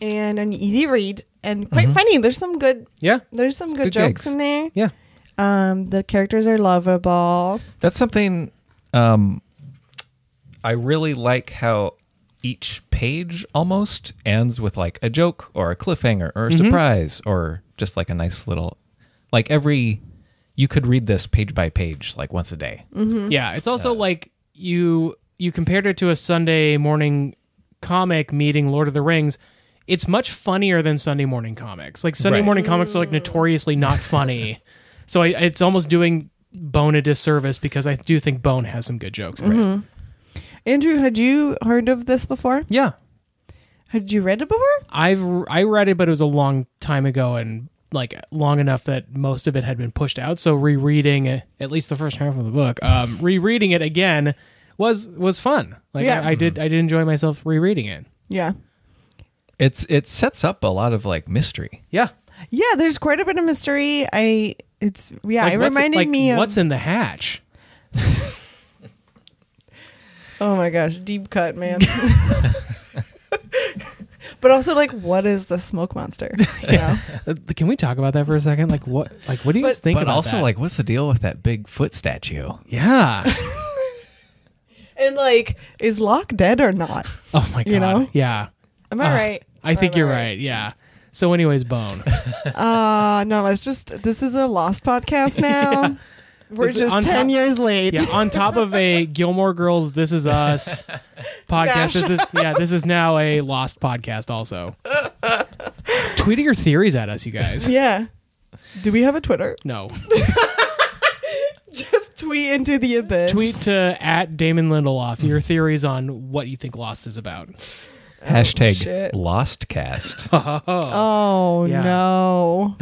Speaker 2: and an easy read and quite funny. There's some good.
Speaker 3: Yeah.
Speaker 2: There's some good,
Speaker 4: Mm-hmm. Good
Speaker 2: jokes
Speaker 4: gags.
Speaker 2: in there.
Speaker 3: Yeah.
Speaker 2: Um, the characters are lovable.
Speaker 4: That's something um, I really like how each page almost ends with like a joke or a cliffhanger or a surprise or just like a nice little like every you could read this page by page like once a day.
Speaker 3: Yeah, it's also like you you compared it to a Sunday morning comic meeting Lord of the Rings. it's much funnier than Sunday morning comics. Like Sunday
Speaker 4: Right.
Speaker 3: morning comics are like notoriously not funny, so I, it's almost doing Bone a disservice because I do think Bone has some good jokes. in it.
Speaker 2: Andrew, had you heard of this before?
Speaker 3: Yeah,
Speaker 2: Had you read it before?
Speaker 3: I've I read it, but it was a long time ago and like long enough that most of it had been pushed out. So rereading it- at least the first half of the book, um, rereading it again was was fun. Like
Speaker 2: Yeah.
Speaker 3: I, I did I did enjoy myself rereading it.
Speaker 2: Yeah.
Speaker 4: It's it sets up a lot of like mystery.
Speaker 3: Yeah,
Speaker 2: Yeah, there's quite a bit of mystery. I it's yeah,
Speaker 3: like,
Speaker 2: it
Speaker 3: what's-
Speaker 2: reminded
Speaker 3: like,
Speaker 2: me of
Speaker 3: what's in the hatch.
Speaker 2: Oh my gosh, deep cut, man. but also like what is the smoke monster? You know?
Speaker 3: Uh, Can we talk about that for a second? Like what? Like what do you
Speaker 2: But-
Speaker 3: guys think
Speaker 4: but
Speaker 3: about
Speaker 4: also
Speaker 3: that?
Speaker 4: like what's the deal with that big foot statue?
Speaker 2: Oh,
Speaker 3: yeah.
Speaker 2: and like is Locke dead or not?
Speaker 3: Oh my god.
Speaker 2: You know?
Speaker 3: Yeah.
Speaker 2: Am I
Speaker 3: Uh,
Speaker 2: right?
Speaker 3: I think
Speaker 2: Am I
Speaker 3: you're right. Yeah. So, anyways, Bone.
Speaker 2: Uh no, it's just this is a lost podcast now. We're
Speaker 3: This is
Speaker 2: just
Speaker 3: on
Speaker 2: ten
Speaker 3: top-
Speaker 2: years late.
Speaker 3: yeah, on top of a Gilmore Girls This Is Us podcast. This is yeah, this is now a lost podcast also. Tweet your theories at us, you guys.
Speaker 2: yeah. Do we have a Twitter?
Speaker 3: No.
Speaker 2: Just tweet into the abyss.
Speaker 3: Tweet to at Damon Lindelof your theories on what you think Lost is about.
Speaker 4: Hashtag
Speaker 2: shit.
Speaker 4: lost cast.
Speaker 2: Oh
Speaker 3: Yeah.
Speaker 2: no.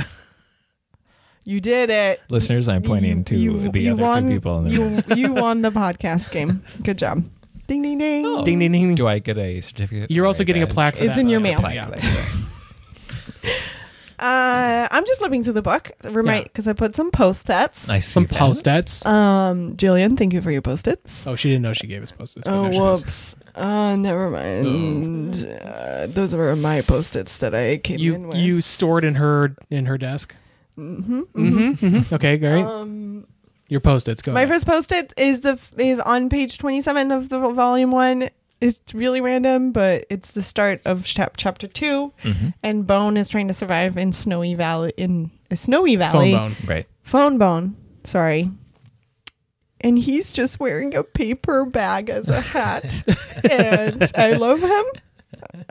Speaker 2: you did it.
Speaker 4: Listeners, I'm pointing to
Speaker 2: You-
Speaker 4: the
Speaker 2: you
Speaker 4: other
Speaker 2: won-
Speaker 4: two people in the room.
Speaker 2: You you won the podcast game. Good job. Ding ding ding.
Speaker 4: Oh.
Speaker 3: Ding ding ding.
Speaker 4: Do I get a certificate?
Speaker 3: You're
Speaker 4: or
Speaker 3: also getting a
Speaker 4: badge?
Speaker 3: plaque for
Speaker 2: It's
Speaker 3: that,
Speaker 2: in your
Speaker 3: by
Speaker 2: mail.
Speaker 3: the way.
Speaker 4: Plaque,
Speaker 3: Yeah.
Speaker 4: plaque.
Speaker 2: Uh, I'm just flipping through the book, remind
Speaker 3: Yeah.
Speaker 2: because I put some post-its.
Speaker 4: I see
Speaker 3: Some
Speaker 4: that.
Speaker 3: post-its.
Speaker 2: Um, Jillian, thank you for your post-its.
Speaker 3: oh, she didn't know she gave us post-its. but
Speaker 2: Oh,
Speaker 3: there she is.
Speaker 2: whoops. Uh, never mind.
Speaker 4: Oh.
Speaker 2: Uh, those were my post-its that I came in
Speaker 3: You
Speaker 2: with.
Speaker 3: you stored in her in her desk. Mm-hmm. Mm-hmm. Okay, great.
Speaker 2: um,
Speaker 3: your post-its go.
Speaker 2: my
Speaker 3: ahead.
Speaker 2: first post-it is the is on page 27 of the volume one. It's really random, but it's the start of chap- chapter 2
Speaker 3: Mm-hmm.
Speaker 2: and Bone is trying to survive in Snowy Valley in a Snowy
Speaker 3: phone
Speaker 2: Valley.
Speaker 3: bone.
Speaker 4: Right.
Speaker 2: phone bone sorry and he's just wearing a paper bag as a hat and i love him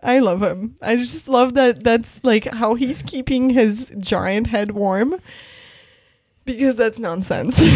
Speaker 2: i love him i just love that that's like how he's keeping his giant head warm because that's nonsense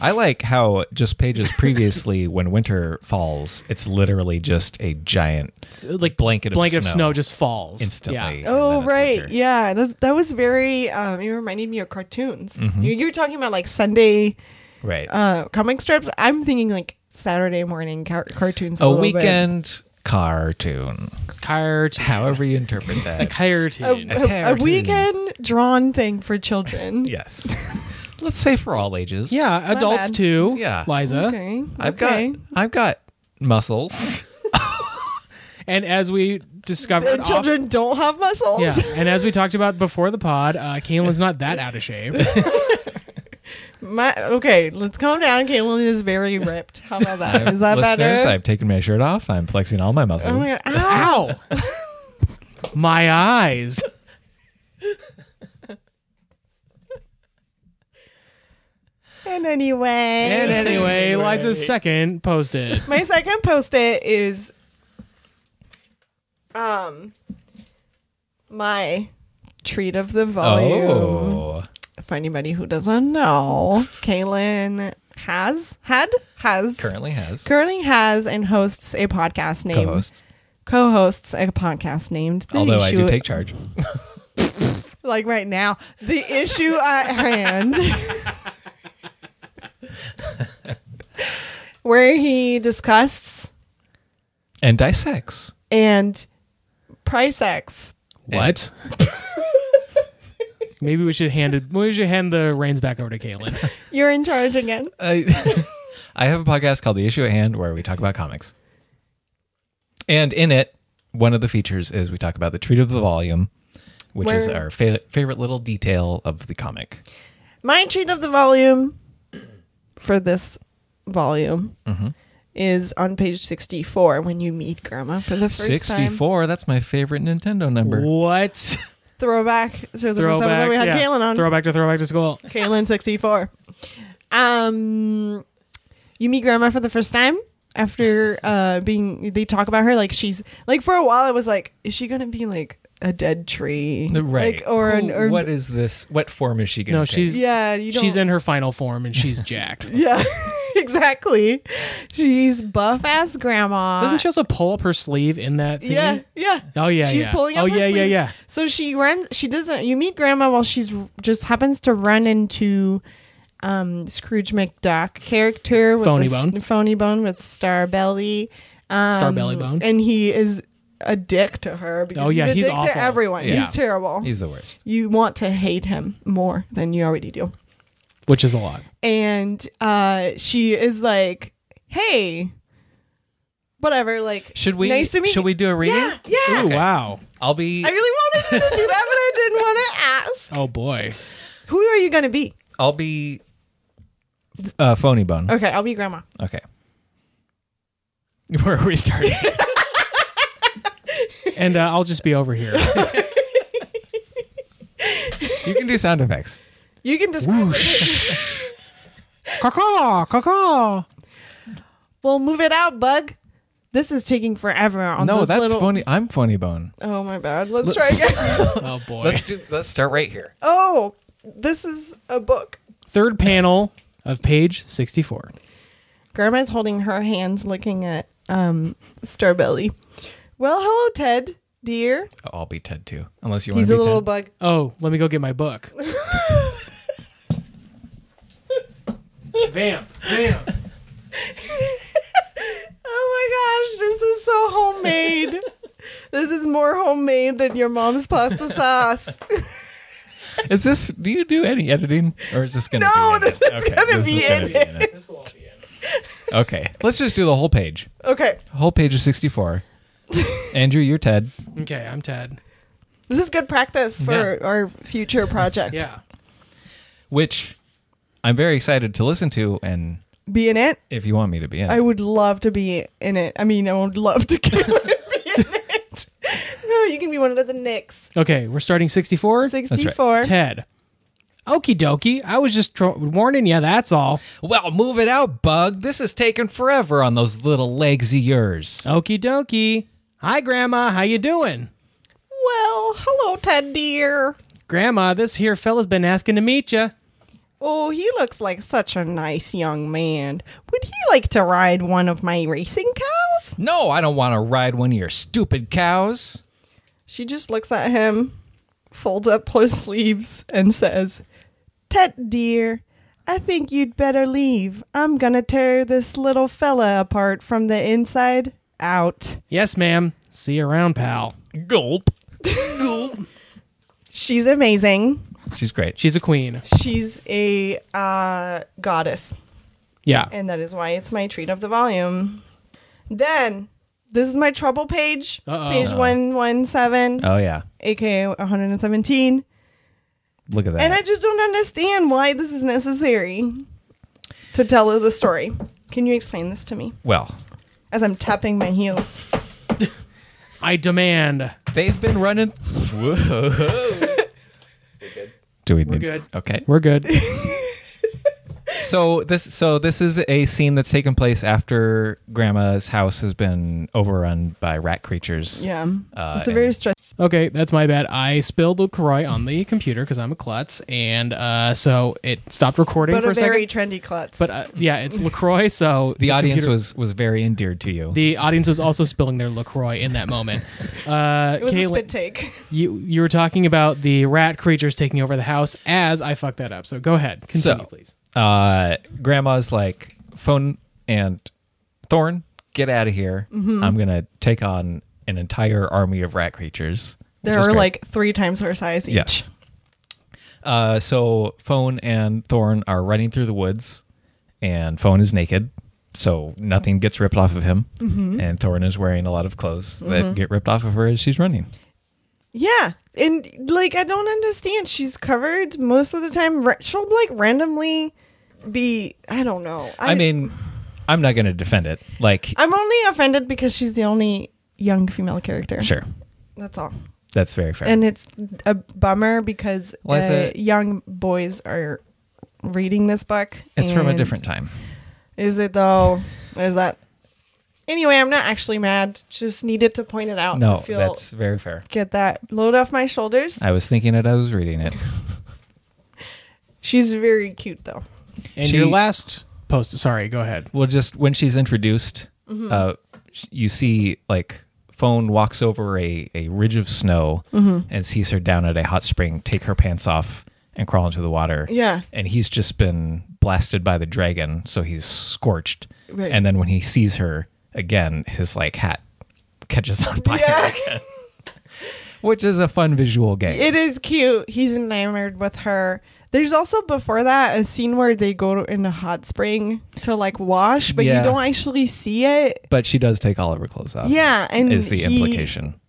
Speaker 4: I like how just pages previously, when winter falls, it's literally just a giant
Speaker 3: Like
Speaker 4: blanket of
Speaker 3: blanket
Speaker 4: snow,
Speaker 3: of snow just falls
Speaker 4: instantly.
Speaker 3: Yeah.
Speaker 2: oh
Speaker 4: and then it's
Speaker 2: right
Speaker 4: winter.
Speaker 2: yeah that's, that was very um it reminded me of cartoons
Speaker 4: Mm-hmm.
Speaker 2: you, you're talking about like sunday
Speaker 4: Right.
Speaker 2: uh comic strips i'm thinking like saturday morning car- cartoons a,
Speaker 4: a
Speaker 2: little bit.
Speaker 4: weekend cartoon,
Speaker 3: Cartoon.
Speaker 4: however you interpret that.
Speaker 3: Cartoon.
Speaker 4: A
Speaker 2: a, a
Speaker 4: cartoon.
Speaker 2: weekend drawn thing for children.
Speaker 4: yes. Let's say for all ages.
Speaker 3: yeah, adults
Speaker 2: bad.
Speaker 3: too.
Speaker 4: Yeah.
Speaker 3: Liza.
Speaker 2: Okay.
Speaker 4: I've
Speaker 2: okay.
Speaker 4: got I've got muscles.
Speaker 3: And as we discovered,
Speaker 2: And children don't have muscles.
Speaker 3: off- yeah, and as we talked about before the pod, uh, Caitlin's not that out of shape.
Speaker 2: My, okay, let's calm down. Caitlin is very ripped. How about that? Is that
Speaker 4: Listeners,
Speaker 2: better?
Speaker 4: I've taken my shirt off. I'm flexing all my muscles.
Speaker 2: Oh my god. Ow.
Speaker 3: Ow! My eyes.
Speaker 2: And anyway.
Speaker 3: And anyway, Liza's second posted.
Speaker 2: my second post it is um my treat of the volume.
Speaker 4: Oh.
Speaker 2: If anybody who doesn't know, Kaylin has had has
Speaker 4: Currently has.
Speaker 2: currently has and hosts a podcast named
Speaker 4: Co-host.
Speaker 2: co-hosts a podcast named The
Speaker 4: Although I do
Speaker 2: Issue-
Speaker 4: take charge.
Speaker 2: like right now the issue at hand where he discusses
Speaker 4: And dissects.
Speaker 2: and price X
Speaker 3: What? Maybe we should hand it. Maybe we should hand the reins back over to Caitlin.
Speaker 2: you're in charge again
Speaker 4: I, I have a podcast called The Issue at Hand where we talk about comics. And in it, one of the features is we talk about the treat of the volume, which is
Speaker 2: Where-
Speaker 4: our fa- favorite little detail of the comic.
Speaker 2: my treat of the volume for this volume is on page 64 when you meet grandma for the first time
Speaker 4: 64, that's my favorite Nintendo number.
Speaker 3: What?
Speaker 2: throwback so the first
Speaker 3: Throwback.
Speaker 2: episode we had
Speaker 3: yeah.
Speaker 2: Kaylin on
Speaker 3: Throwback to throwback to school.
Speaker 2: Kaylin sixty four. Um, you meet grandma for the first time, after uh being they talk about her like she's like for a while I was like is she going to be like a dead tree
Speaker 4: Right.
Speaker 2: like or an
Speaker 4: Who-
Speaker 2: or
Speaker 4: what is this? What form is she going to
Speaker 3: No, she's
Speaker 2: yeah you don't
Speaker 3: she's in her final form and she's jacked.
Speaker 2: yeah exactly she's buff ass grandma
Speaker 3: Doesn't she also pull up her sleeve in that scene?
Speaker 2: yeah yeah
Speaker 3: Oh, yeah,
Speaker 2: she's
Speaker 3: yeah.
Speaker 2: pulling up
Speaker 3: Oh,
Speaker 2: her
Speaker 3: yeah, yeah,
Speaker 2: sleeves.
Speaker 3: yeah.
Speaker 2: so she runs she doesn't you meet grandma while she's just happens to run into um Scrooge McDuck character with
Speaker 3: Phony
Speaker 2: the s-
Speaker 3: Bone.
Speaker 2: phony bone with star belly um,
Speaker 3: Star Belly Bone.
Speaker 2: and he is a dick to her because
Speaker 3: Oh, yeah,
Speaker 2: he's a
Speaker 3: he's
Speaker 2: dick to
Speaker 3: awful.
Speaker 2: everyone
Speaker 4: Yeah.
Speaker 2: he's terrible
Speaker 4: He's the worst.
Speaker 2: you want to hate him more than you already do
Speaker 3: Which is a lot.
Speaker 2: and uh she is like hey whatever like
Speaker 4: Should we?
Speaker 2: nice to meet
Speaker 4: Should we do a reading?
Speaker 2: yeah yeah
Speaker 3: Ooh, wow.
Speaker 4: I'll be.
Speaker 2: I really wanted you to do that, but I didn't want to ask.
Speaker 3: Oh boy.
Speaker 2: Who are you going to be?
Speaker 4: I'll be. Uh, phony bone.
Speaker 2: Okay, I'll be grandma.
Speaker 4: Okay. Where are we starting?
Speaker 3: And uh, I'll just be over here.
Speaker 4: you can do sound effects.
Speaker 2: You can describe.
Speaker 3: caw caw.
Speaker 2: Well, move it out, bug. This is taking forever on
Speaker 4: no,
Speaker 2: those
Speaker 4: that's
Speaker 2: little.
Speaker 4: phony. I'm phony bone.
Speaker 2: Oh my bad. Let's,
Speaker 4: Let's-
Speaker 2: try again.
Speaker 3: Oh boy.
Speaker 4: Let's do. Let's start right here.
Speaker 2: oh, this is a book.
Speaker 3: Third panel of page 64.
Speaker 2: Grandma's holding her hands, looking at um Starbelly. Well, hello, Ted, dear.
Speaker 4: I'll be Ted too, unless you want
Speaker 2: He's
Speaker 4: to
Speaker 2: a
Speaker 4: be
Speaker 2: little
Speaker 4: Ted.
Speaker 2: bug.
Speaker 3: Oh, let me go get my book. Vamp, vamp.
Speaker 2: Oh my gosh, this is so homemade. this is more homemade than your mom's pasta sauce.
Speaker 4: Is this? Do you do any editing, or is this gonna?
Speaker 2: No,
Speaker 4: be in
Speaker 2: this
Speaker 4: it?
Speaker 2: is gonna
Speaker 4: this
Speaker 2: be
Speaker 4: is
Speaker 2: in
Speaker 4: gonna be it. Okay, let's just do the whole page.
Speaker 2: Okay,
Speaker 4: Whole page of sixty-four. Andrew, you're Ted.
Speaker 3: Okay, I'm Ted.
Speaker 2: this is good practice for our future project.
Speaker 3: Yeah.
Speaker 4: which I'm very excited to listen to. And
Speaker 2: Be in it.
Speaker 4: if you want me to be in,
Speaker 2: I would love to be in it. I mean, I would love to Caitlin be in it. No, you can be one of the Knicks.
Speaker 3: Okay, we're starting 64.
Speaker 2: 64.
Speaker 3: Ted. Okie dokie. I was just tro- warning you, that's all.
Speaker 4: well, move it out, Bug. This is taking forever on those little legs of yours.
Speaker 3: Okie dokie. Hi, Grandma. How you doing?
Speaker 2: Well, hello, Ted dear.
Speaker 3: Grandma, this here fella's been asking to meet you.
Speaker 2: Oh, he looks like such a nice young man. Would he like to ride one of my racing cows?
Speaker 4: No, I don't want to ride one of your stupid cows.
Speaker 2: She just looks at him, folds up her sleeves, and says, Tet dear, I think you'd better leave. I'm gonna tear this little fella apart from the inside out.
Speaker 3: Yes, ma'am. See you around, pal.
Speaker 4: Gulp.
Speaker 2: She's amazing.
Speaker 4: She's great.
Speaker 3: She's a queen.
Speaker 2: She's a uh, goddess,
Speaker 3: Yeah.
Speaker 2: and that is why it's my treat of the volume. Then, this is my trouble page,
Speaker 3: Uh-oh.
Speaker 2: page 117,
Speaker 4: Oh yeah,
Speaker 2: aka 117.
Speaker 4: look at that.
Speaker 2: And I just don't understand why this is necessary to tell her the story. Can you explain this to me?
Speaker 4: well,
Speaker 2: As I'm tapping my heels.
Speaker 3: I demand.
Speaker 4: they've been running. Whoa. Do we need?
Speaker 3: good.
Speaker 4: Okay.
Speaker 3: We're good.
Speaker 4: So this so this is a scene that's taken place after Grandma's house has been overrun by rat creatures.
Speaker 2: Yeah.
Speaker 4: Uh,
Speaker 2: it's a very
Speaker 4: and-
Speaker 2: stressful.
Speaker 3: Okay, that's my bad. I spilled LaCroix on the computer because I'm a klutz, and uh, so it stopped recording
Speaker 2: But
Speaker 3: for
Speaker 2: a
Speaker 3: a second.
Speaker 2: very trendy klutz.
Speaker 3: but uh, yeah, it's LaCroix, so
Speaker 4: the, audience
Speaker 3: computer-
Speaker 4: was was very endeared to you.
Speaker 3: the audience was also spilling their LaCroix in that moment. Uh,
Speaker 2: it was a spit
Speaker 3: Caitlin,
Speaker 2: take.
Speaker 3: you you were talking about the rat creatures taking over the house as I fucked that up. So go ahead, continue,
Speaker 4: So-
Speaker 3: please.
Speaker 4: uh, grandma's like phone and thorn get out of here
Speaker 2: Mm-hmm.
Speaker 4: i'm gonna take on an entire army of rat creatures which
Speaker 2: There
Speaker 4: is
Speaker 2: are
Speaker 4: great.
Speaker 2: like three times her size each.
Speaker 4: Yes. uh, so phone and thorn are running through the woods and phone is naked so nothing gets ripped off of him
Speaker 2: Mm-hmm.
Speaker 4: and thorn is wearing a lot of clothes that get ripped off of her as she's running
Speaker 2: Yeah. And like I don't understand. She's covered most of the time. Ra- She'll like randomly be I don't know.
Speaker 4: i, mean i'm not gonna defend it like
Speaker 2: I'm only offended because she's the only young female character.
Speaker 4: sure
Speaker 2: That's all.
Speaker 4: that's very fair
Speaker 2: And it's a bummer because uh,
Speaker 4: Liza-
Speaker 2: young boys are reading this book.
Speaker 4: it's from a
Speaker 2: and-
Speaker 4: different time
Speaker 2: Is it though? Is that Anyway, I'm not actually mad. Just needed to point it out.
Speaker 4: No,
Speaker 2: to feel,
Speaker 4: that's very fair.
Speaker 2: get that load off my shoulders.
Speaker 4: I was thinking it. I was reading it.
Speaker 2: She's very cute though.
Speaker 3: And
Speaker 4: She-
Speaker 3: your last post. Sorry, go ahead.
Speaker 4: Well, just when she's introduced,
Speaker 2: Mm-hmm.
Speaker 4: uh, sh- you see like phone walks over a, a ridge of snow
Speaker 2: Mm-hmm.
Speaker 4: and sees her down at a hot spring, take her pants off and crawl into the water.
Speaker 2: Yeah.
Speaker 4: And he's just been blasted by the dragon, so he's scorched.
Speaker 2: Right.
Speaker 4: And then when he sees her again, his like hat catches on fire,
Speaker 2: Yeah.
Speaker 4: which is a fun visual gag.
Speaker 2: It is cute. He's enamored with her. There's also before that a scene where they go in a hot spring to like wash, but
Speaker 4: Yeah.
Speaker 2: you don't actually see it.
Speaker 4: but she does take all of her clothes off.
Speaker 2: Yeah, and
Speaker 4: is the
Speaker 2: he
Speaker 4: implication.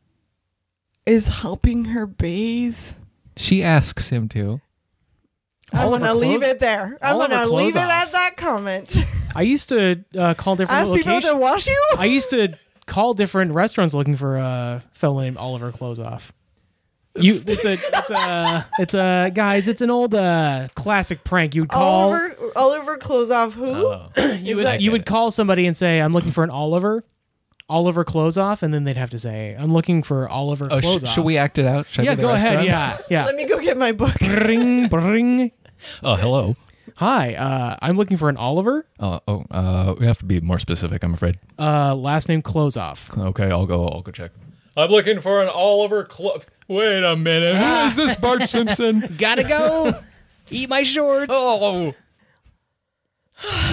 Speaker 2: is helping her bathe.
Speaker 4: She asks him to.
Speaker 2: I'm
Speaker 3: All of
Speaker 2: gonna
Speaker 3: her clothes-
Speaker 2: leave it there. I'm
Speaker 3: all of her
Speaker 2: gonna leave
Speaker 3: clothes
Speaker 2: it
Speaker 3: off.
Speaker 2: at that comment.
Speaker 3: I used to uh, call different
Speaker 2: Ask people
Speaker 3: locations.
Speaker 2: to wash you.
Speaker 3: I used to call different restaurants looking for a fellow named Oliver Close Off. You, it's a, it's a, it's a, guys, it's an old uh, classic prank. You'd call, Uh,
Speaker 2: Oliver Oliver close off who?
Speaker 3: you
Speaker 2: Is
Speaker 3: would,
Speaker 2: that-
Speaker 3: you would call somebody and say, "I'm looking for an Oliver, Oliver Close Off," and then they'd have to say, "I'm looking for Oliver
Speaker 4: Oh,
Speaker 3: Close
Speaker 4: sh-
Speaker 3: Off."
Speaker 4: should we act it out? Should I
Speaker 3: Yeah,
Speaker 4: do the
Speaker 3: go ahead.
Speaker 4: restaurant?
Speaker 3: Yeah, yeah.
Speaker 2: Let me go get my book.
Speaker 3: Bring, bring.
Speaker 4: Oh, hello.
Speaker 3: Hi, uh, I'm looking for an Oliver.
Speaker 4: Uh, oh, uh, we have to be more specific. I'm afraid.
Speaker 3: Uh, last name Close Off.
Speaker 4: Okay, I'll go. I'll go check. I'm looking for an Oliver. Clo- Wait a minute. Who is this Bart Simpson?
Speaker 3: Gotta go. Eat my shorts.
Speaker 4: oh,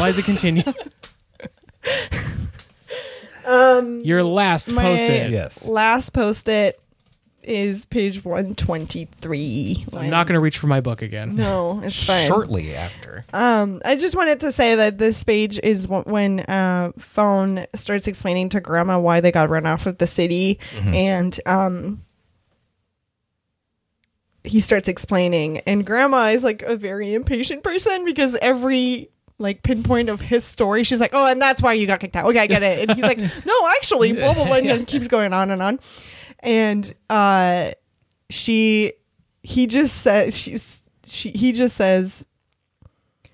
Speaker 3: Liza, continue.
Speaker 2: Um,
Speaker 3: Your last
Speaker 2: My-
Speaker 3: post it.
Speaker 4: yes.
Speaker 2: last post it is page one twenty three.
Speaker 3: I'm not going to reach for my book again.
Speaker 2: No, it's fine.
Speaker 4: Shortly after.
Speaker 2: Um, I just wanted to say that this page is w- when uh, Phone starts explaining to Grandma why they got run off of the city, and um, he starts explaining, and Grandma is like a very impatient person because every like pinpoint of his story, she's like, "Oh, and that's why you got kicked out." Okay, I get it. And he's like, "No, actually, blah blah blah," and then keeps going on and on, and uh, she, he just says she's. She, he just says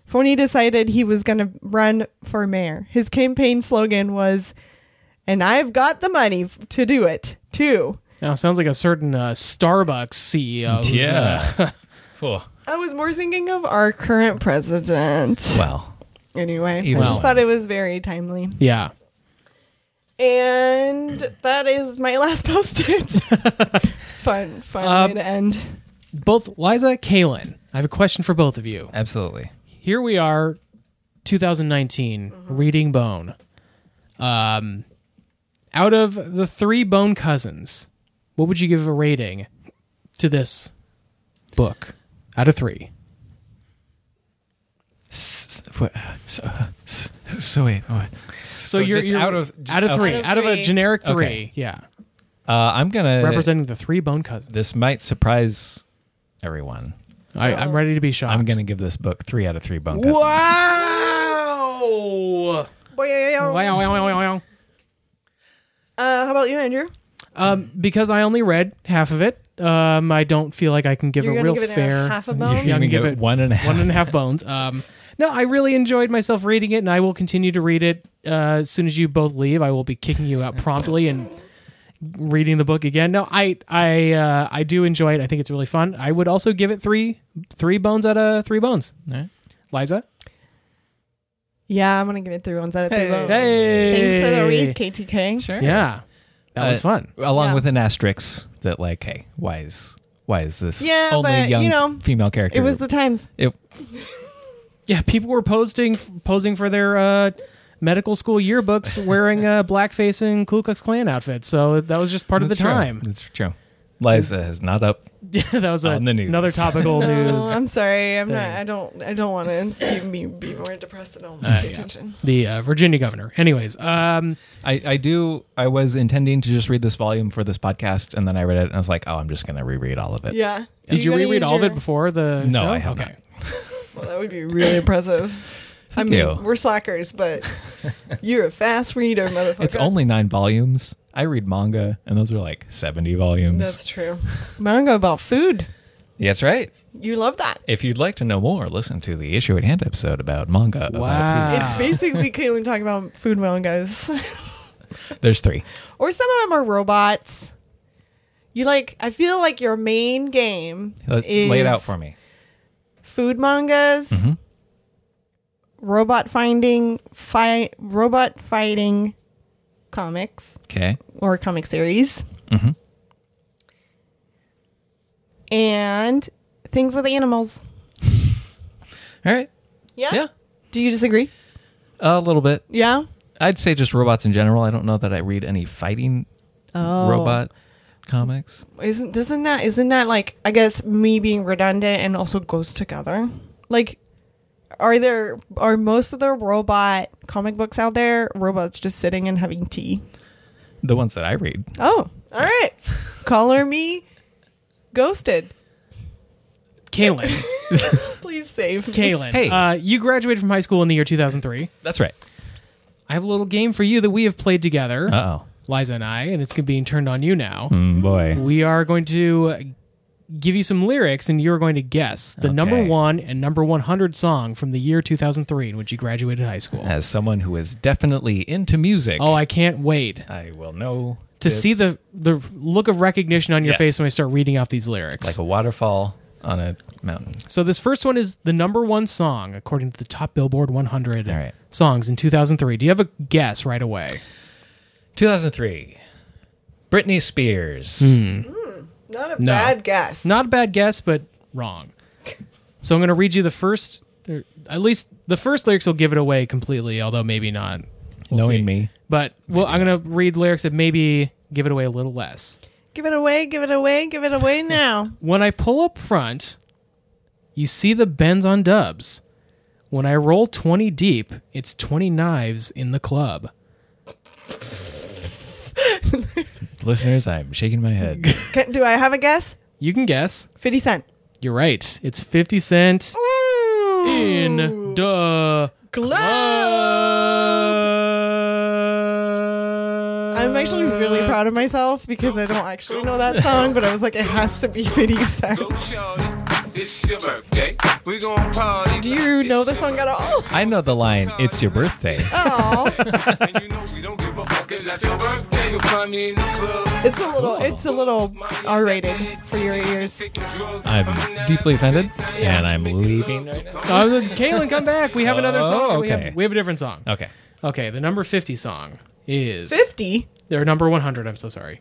Speaker 2: Phony decided he was going to run for mayor. His campaign slogan was, and I've got the money f- to do it, too.
Speaker 3: Now sounds like a certain uh, Starbucks CEO. who's,
Speaker 4: Yeah.
Speaker 3: uh,
Speaker 4: Oh.
Speaker 2: I was more thinking of our current president.
Speaker 4: Well,
Speaker 2: Anyway,
Speaker 4: Either
Speaker 2: I just
Speaker 4: one.
Speaker 2: thought it was very timely.
Speaker 3: yeah.
Speaker 2: And that is my last post it. fun, fun
Speaker 3: Uh,
Speaker 2: way to end.
Speaker 3: Both Liza, Kaylin. I have a question for both of you.
Speaker 4: absolutely.
Speaker 3: Here we are, 2019,
Speaker 2: Mm-hmm.
Speaker 3: reading Bone. Um, out of the three Bone cousins, what would you give a rating to this book? Out of three,
Speaker 4: S- s- what- So, uh, s- so wait. oh, s- So,
Speaker 3: you're,
Speaker 4: just
Speaker 3: you're-
Speaker 4: out of
Speaker 3: out of
Speaker 4: okay.
Speaker 3: three,
Speaker 2: Out of
Speaker 3: out of a
Speaker 2: three.
Speaker 3: generic three,
Speaker 4: Okay.
Speaker 3: yeah,
Speaker 4: Uh, I'm gonna
Speaker 3: representing the three Bone cousins.
Speaker 4: This might surprise everyone.
Speaker 3: I, I'm ready to be shocked.
Speaker 4: I'm gonna give this book three out of three bone cousins.
Speaker 3: Wow! Wow, wow, wow, wow, wow.
Speaker 2: Uh, how about you, Andrew?
Speaker 3: Um, because I only read half of it, um, I don't feel like I can give
Speaker 2: You're
Speaker 3: a
Speaker 2: going
Speaker 3: real
Speaker 2: to give it
Speaker 3: fair
Speaker 2: a half a
Speaker 4: You're
Speaker 2: bone?
Speaker 3: Yeah.
Speaker 4: gonna give it one and a half.
Speaker 3: one and a half bones. Um, no, I really enjoyed myself reading it, and I will continue to read it. Uh, as soon as you both leave, I will be kicking you out promptly and reading the book again. No, I I uh, I do enjoy it. I think it's really fun. I would also give it three three bones out of three bones.
Speaker 4: Alright.
Speaker 3: Liza,
Speaker 2: Yeah, I'm going to give it three ones out of three bones.
Speaker 3: hey,
Speaker 2: Thanks for the read, KTK.
Speaker 4: Sure.
Speaker 3: Yeah, that was
Speaker 4: Uh,
Speaker 3: fun.
Speaker 4: along
Speaker 2: Yeah.
Speaker 4: with an asterisk that like hey why is why is this
Speaker 2: Yeah,
Speaker 4: only
Speaker 2: but,
Speaker 4: young
Speaker 2: you know,
Speaker 4: female character
Speaker 2: It was the times.
Speaker 4: It-
Speaker 3: Yeah, people were posting posing for their uh, medical school yearbooks wearing uh, blackface and Ku Klux Klan outfits. So that was just part of the
Speaker 4: That's true.
Speaker 3: time.
Speaker 4: that's true liza is not up
Speaker 3: Yeah, that was a,
Speaker 4: On the news.
Speaker 3: another topical
Speaker 2: No,
Speaker 3: news.
Speaker 2: I'm sorry. I'm not.
Speaker 3: thing.
Speaker 2: I don't. I don't want to keep me be more depressed. I don't
Speaker 3: Uh,
Speaker 2: pay
Speaker 3: yeah.
Speaker 2: attention.
Speaker 3: The uh, Virginia governor. Anyways, um,
Speaker 4: I, I do i was intending to just read this volume for this podcast and then i read it and i was like oh i'm just gonna reread all of it
Speaker 2: Yeah.
Speaker 3: did you
Speaker 2: gotta use
Speaker 3: reread all of
Speaker 2: your-
Speaker 3: it before the?
Speaker 4: No,
Speaker 3: show?
Speaker 4: I have
Speaker 3: okay.
Speaker 2: Well, that would be really impressive. I mean,
Speaker 4: you.
Speaker 2: we're slackers, but you're a fast reader, motherfucker.
Speaker 4: it's only nine volumes i read manga and those are like 70 volumes
Speaker 2: That's true. Manga about food.
Speaker 4: Yeah, that's right
Speaker 2: You love that.
Speaker 4: if you'd like to know more listen to the issue at hand episode about manga about
Speaker 3: Wow.
Speaker 4: food.
Speaker 2: It's basically Caitlin talking about food, manga, guys.
Speaker 4: There's three.
Speaker 2: Or some of them are robots. You like, I feel like your main game
Speaker 4: Let's
Speaker 2: is
Speaker 4: lay it out for me.
Speaker 2: food mangas,
Speaker 4: Mm-hmm.
Speaker 2: robot finding, fi- robot fighting comics
Speaker 4: Okay.
Speaker 2: or comic series,
Speaker 4: Mm-hmm.
Speaker 2: and things with animals.
Speaker 4: All right.
Speaker 2: Yeah?
Speaker 4: Yeah.
Speaker 2: Do you disagree?
Speaker 4: A little bit.
Speaker 2: Yeah.
Speaker 4: I'd say just robots in general. I don't know that I read any fighting
Speaker 3: Oh.
Speaker 4: robot comics.
Speaker 2: Oh. Isn't doesn't that isn't that like I guess me being redundant and also goes together? Like are there are most of the robot comic books out there robots just sitting and having tea?
Speaker 4: The ones that I read.
Speaker 2: Oh, all right. Color me ghosted.
Speaker 3: Kaylin.
Speaker 2: Please save me.
Speaker 3: Kaylin.
Speaker 4: Hey.
Speaker 3: Uh, you graduated from high school in the year 2003.
Speaker 4: That's right.
Speaker 3: I have a little game for you that we have played together,
Speaker 4: Uh oh.
Speaker 3: Liza and I, and it's being turned on you now.
Speaker 4: Mm, boy.
Speaker 3: We are going to give you some lyrics, and you're going to guess the number
Speaker 4: Okay.
Speaker 3: one and number 100 song from the year 2003 in which you graduated high school.
Speaker 4: As someone who is definitely into music,
Speaker 3: Oh, I can't wait
Speaker 4: I will know
Speaker 3: to
Speaker 4: this
Speaker 3: see the, the look of recognition on your
Speaker 4: Yes.
Speaker 3: face when I start reading off these lyrics.
Speaker 4: like a waterfall on a mountain.
Speaker 3: So this first one is the number one song according to the top Billboard 100
Speaker 4: All right.
Speaker 3: songs in 2003. Do you have a guess right away?
Speaker 4: 2003. Britney Spears.
Speaker 3: Hmm,
Speaker 2: Not a
Speaker 3: No.
Speaker 2: bad guess.
Speaker 3: Not a bad guess, but wrong. So I'm going to read you the first, or at least the first lyrics will give it away completely, although maybe not. We'll
Speaker 4: Knowing
Speaker 3: see.
Speaker 4: me.
Speaker 3: But well, I'm going to read lyrics that maybe give it away a little less.
Speaker 2: Give it away, give it away, give it away now.
Speaker 3: When I pull up front, you see the bends on dubs. When I roll 20 deep, it's 20 knives in the club.
Speaker 4: Listeners, I'm shaking my head.
Speaker 2: Can, do I have a guess?
Speaker 3: You can guess.
Speaker 2: 50 cent.
Speaker 3: You're right. It's 50 Cent in the club.
Speaker 2: I'm actually really proud of myself because I don't actually know that song, but I was like, it has to be 50 Cent.
Speaker 1: Go, shawty, It's your birthday. We gon' party.
Speaker 2: Do you know the song at all?
Speaker 4: I know the line, it's your birthday.
Speaker 2: Oh,
Speaker 1: And you know we don't give a fuck. It's not your birthday. You'll find me in the club.
Speaker 2: it's a little, it's a little R-rated for your ears.
Speaker 1: Taking drugs.
Speaker 4: I'm deeply offended and I'm leaving.
Speaker 3: Uh, Kaylin, come back. We have another
Speaker 4: Oh,
Speaker 3: song. We
Speaker 4: okay.
Speaker 3: have, we have a different song.
Speaker 2: Oh.
Speaker 4: Okay.
Speaker 3: Okay, the number 50 song is.
Speaker 2: 50.
Speaker 3: Or number 100, I'm so sorry.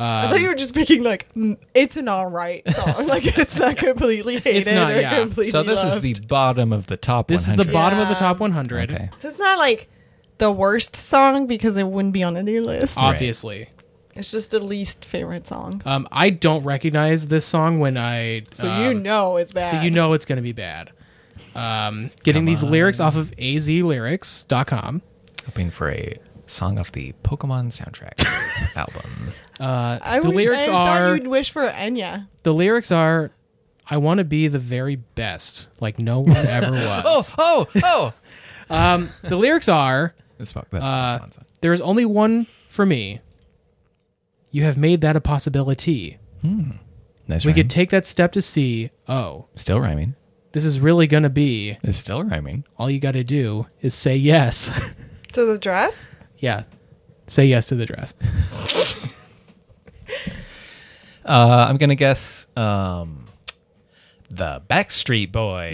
Speaker 2: I thought you were just picking like mm, it's an all right song, like it's not completely hated
Speaker 3: not,
Speaker 2: or
Speaker 3: yeah.
Speaker 2: completely.
Speaker 4: So this is
Speaker 2: loved.
Speaker 4: the bottom of the top
Speaker 3: This
Speaker 4: 100.
Speaker 3: is the bottom of the
Speaker 2: Yeah.
Speaker 3: top 100,
Speaker 4: Okay.
Speaker 2: So it's not like the worst song because it wouldn't be on any
Speaker 3: Uh,
Speaker 2: list.
Speaker 3: obviously.
Speaker 2: It's just the least favorite song.
Speaker 3: Um, I don't recognize this song when I.
Speaker 2: So
Speaker 3: um,
Speaker 2: you know it's bad.
Speaker 3: So you know it's going to be bad. Um, getting these lyrics off of azlyrics.com.
Speaker 4: Hoping for a song off the Pokemon soundtrack album.
Speaker 2: I
Speaker 3: the
Speaker 2: wish-
Speaker 3: lyrics
Speaker 2: I
Speaker 3: are-
Speaker 2: Thought you'd wish for Enya.
Speaker 3: The lyrics are I want to be the very best, like no one ever was.
Speaker 4: oh, oh!
Speaker 3: um, the lyrics are
Speaker 4: That's, po- that's
Speaker 3: Uh,
Speaker 4: Pokemon song.
Speaker 3: There is only one for me. You have made that a possibility.
Speaker 4: Nice
Speaker 3: We
Speaker 4: rhyme.
Speaker 3: could take that step to see, oh,
Speaker 4: still rhyming.
Speaker 3: this is really going to be.
Speaker 4: It's still rhyming.
Speaker 3: All you got to do is say yes.
Speaker 2: To the dress?
Speaker 3: yeah. Say yes to the dress.
Speaker 4: Uh, I'm gonna guess um, the Backstreet Boy.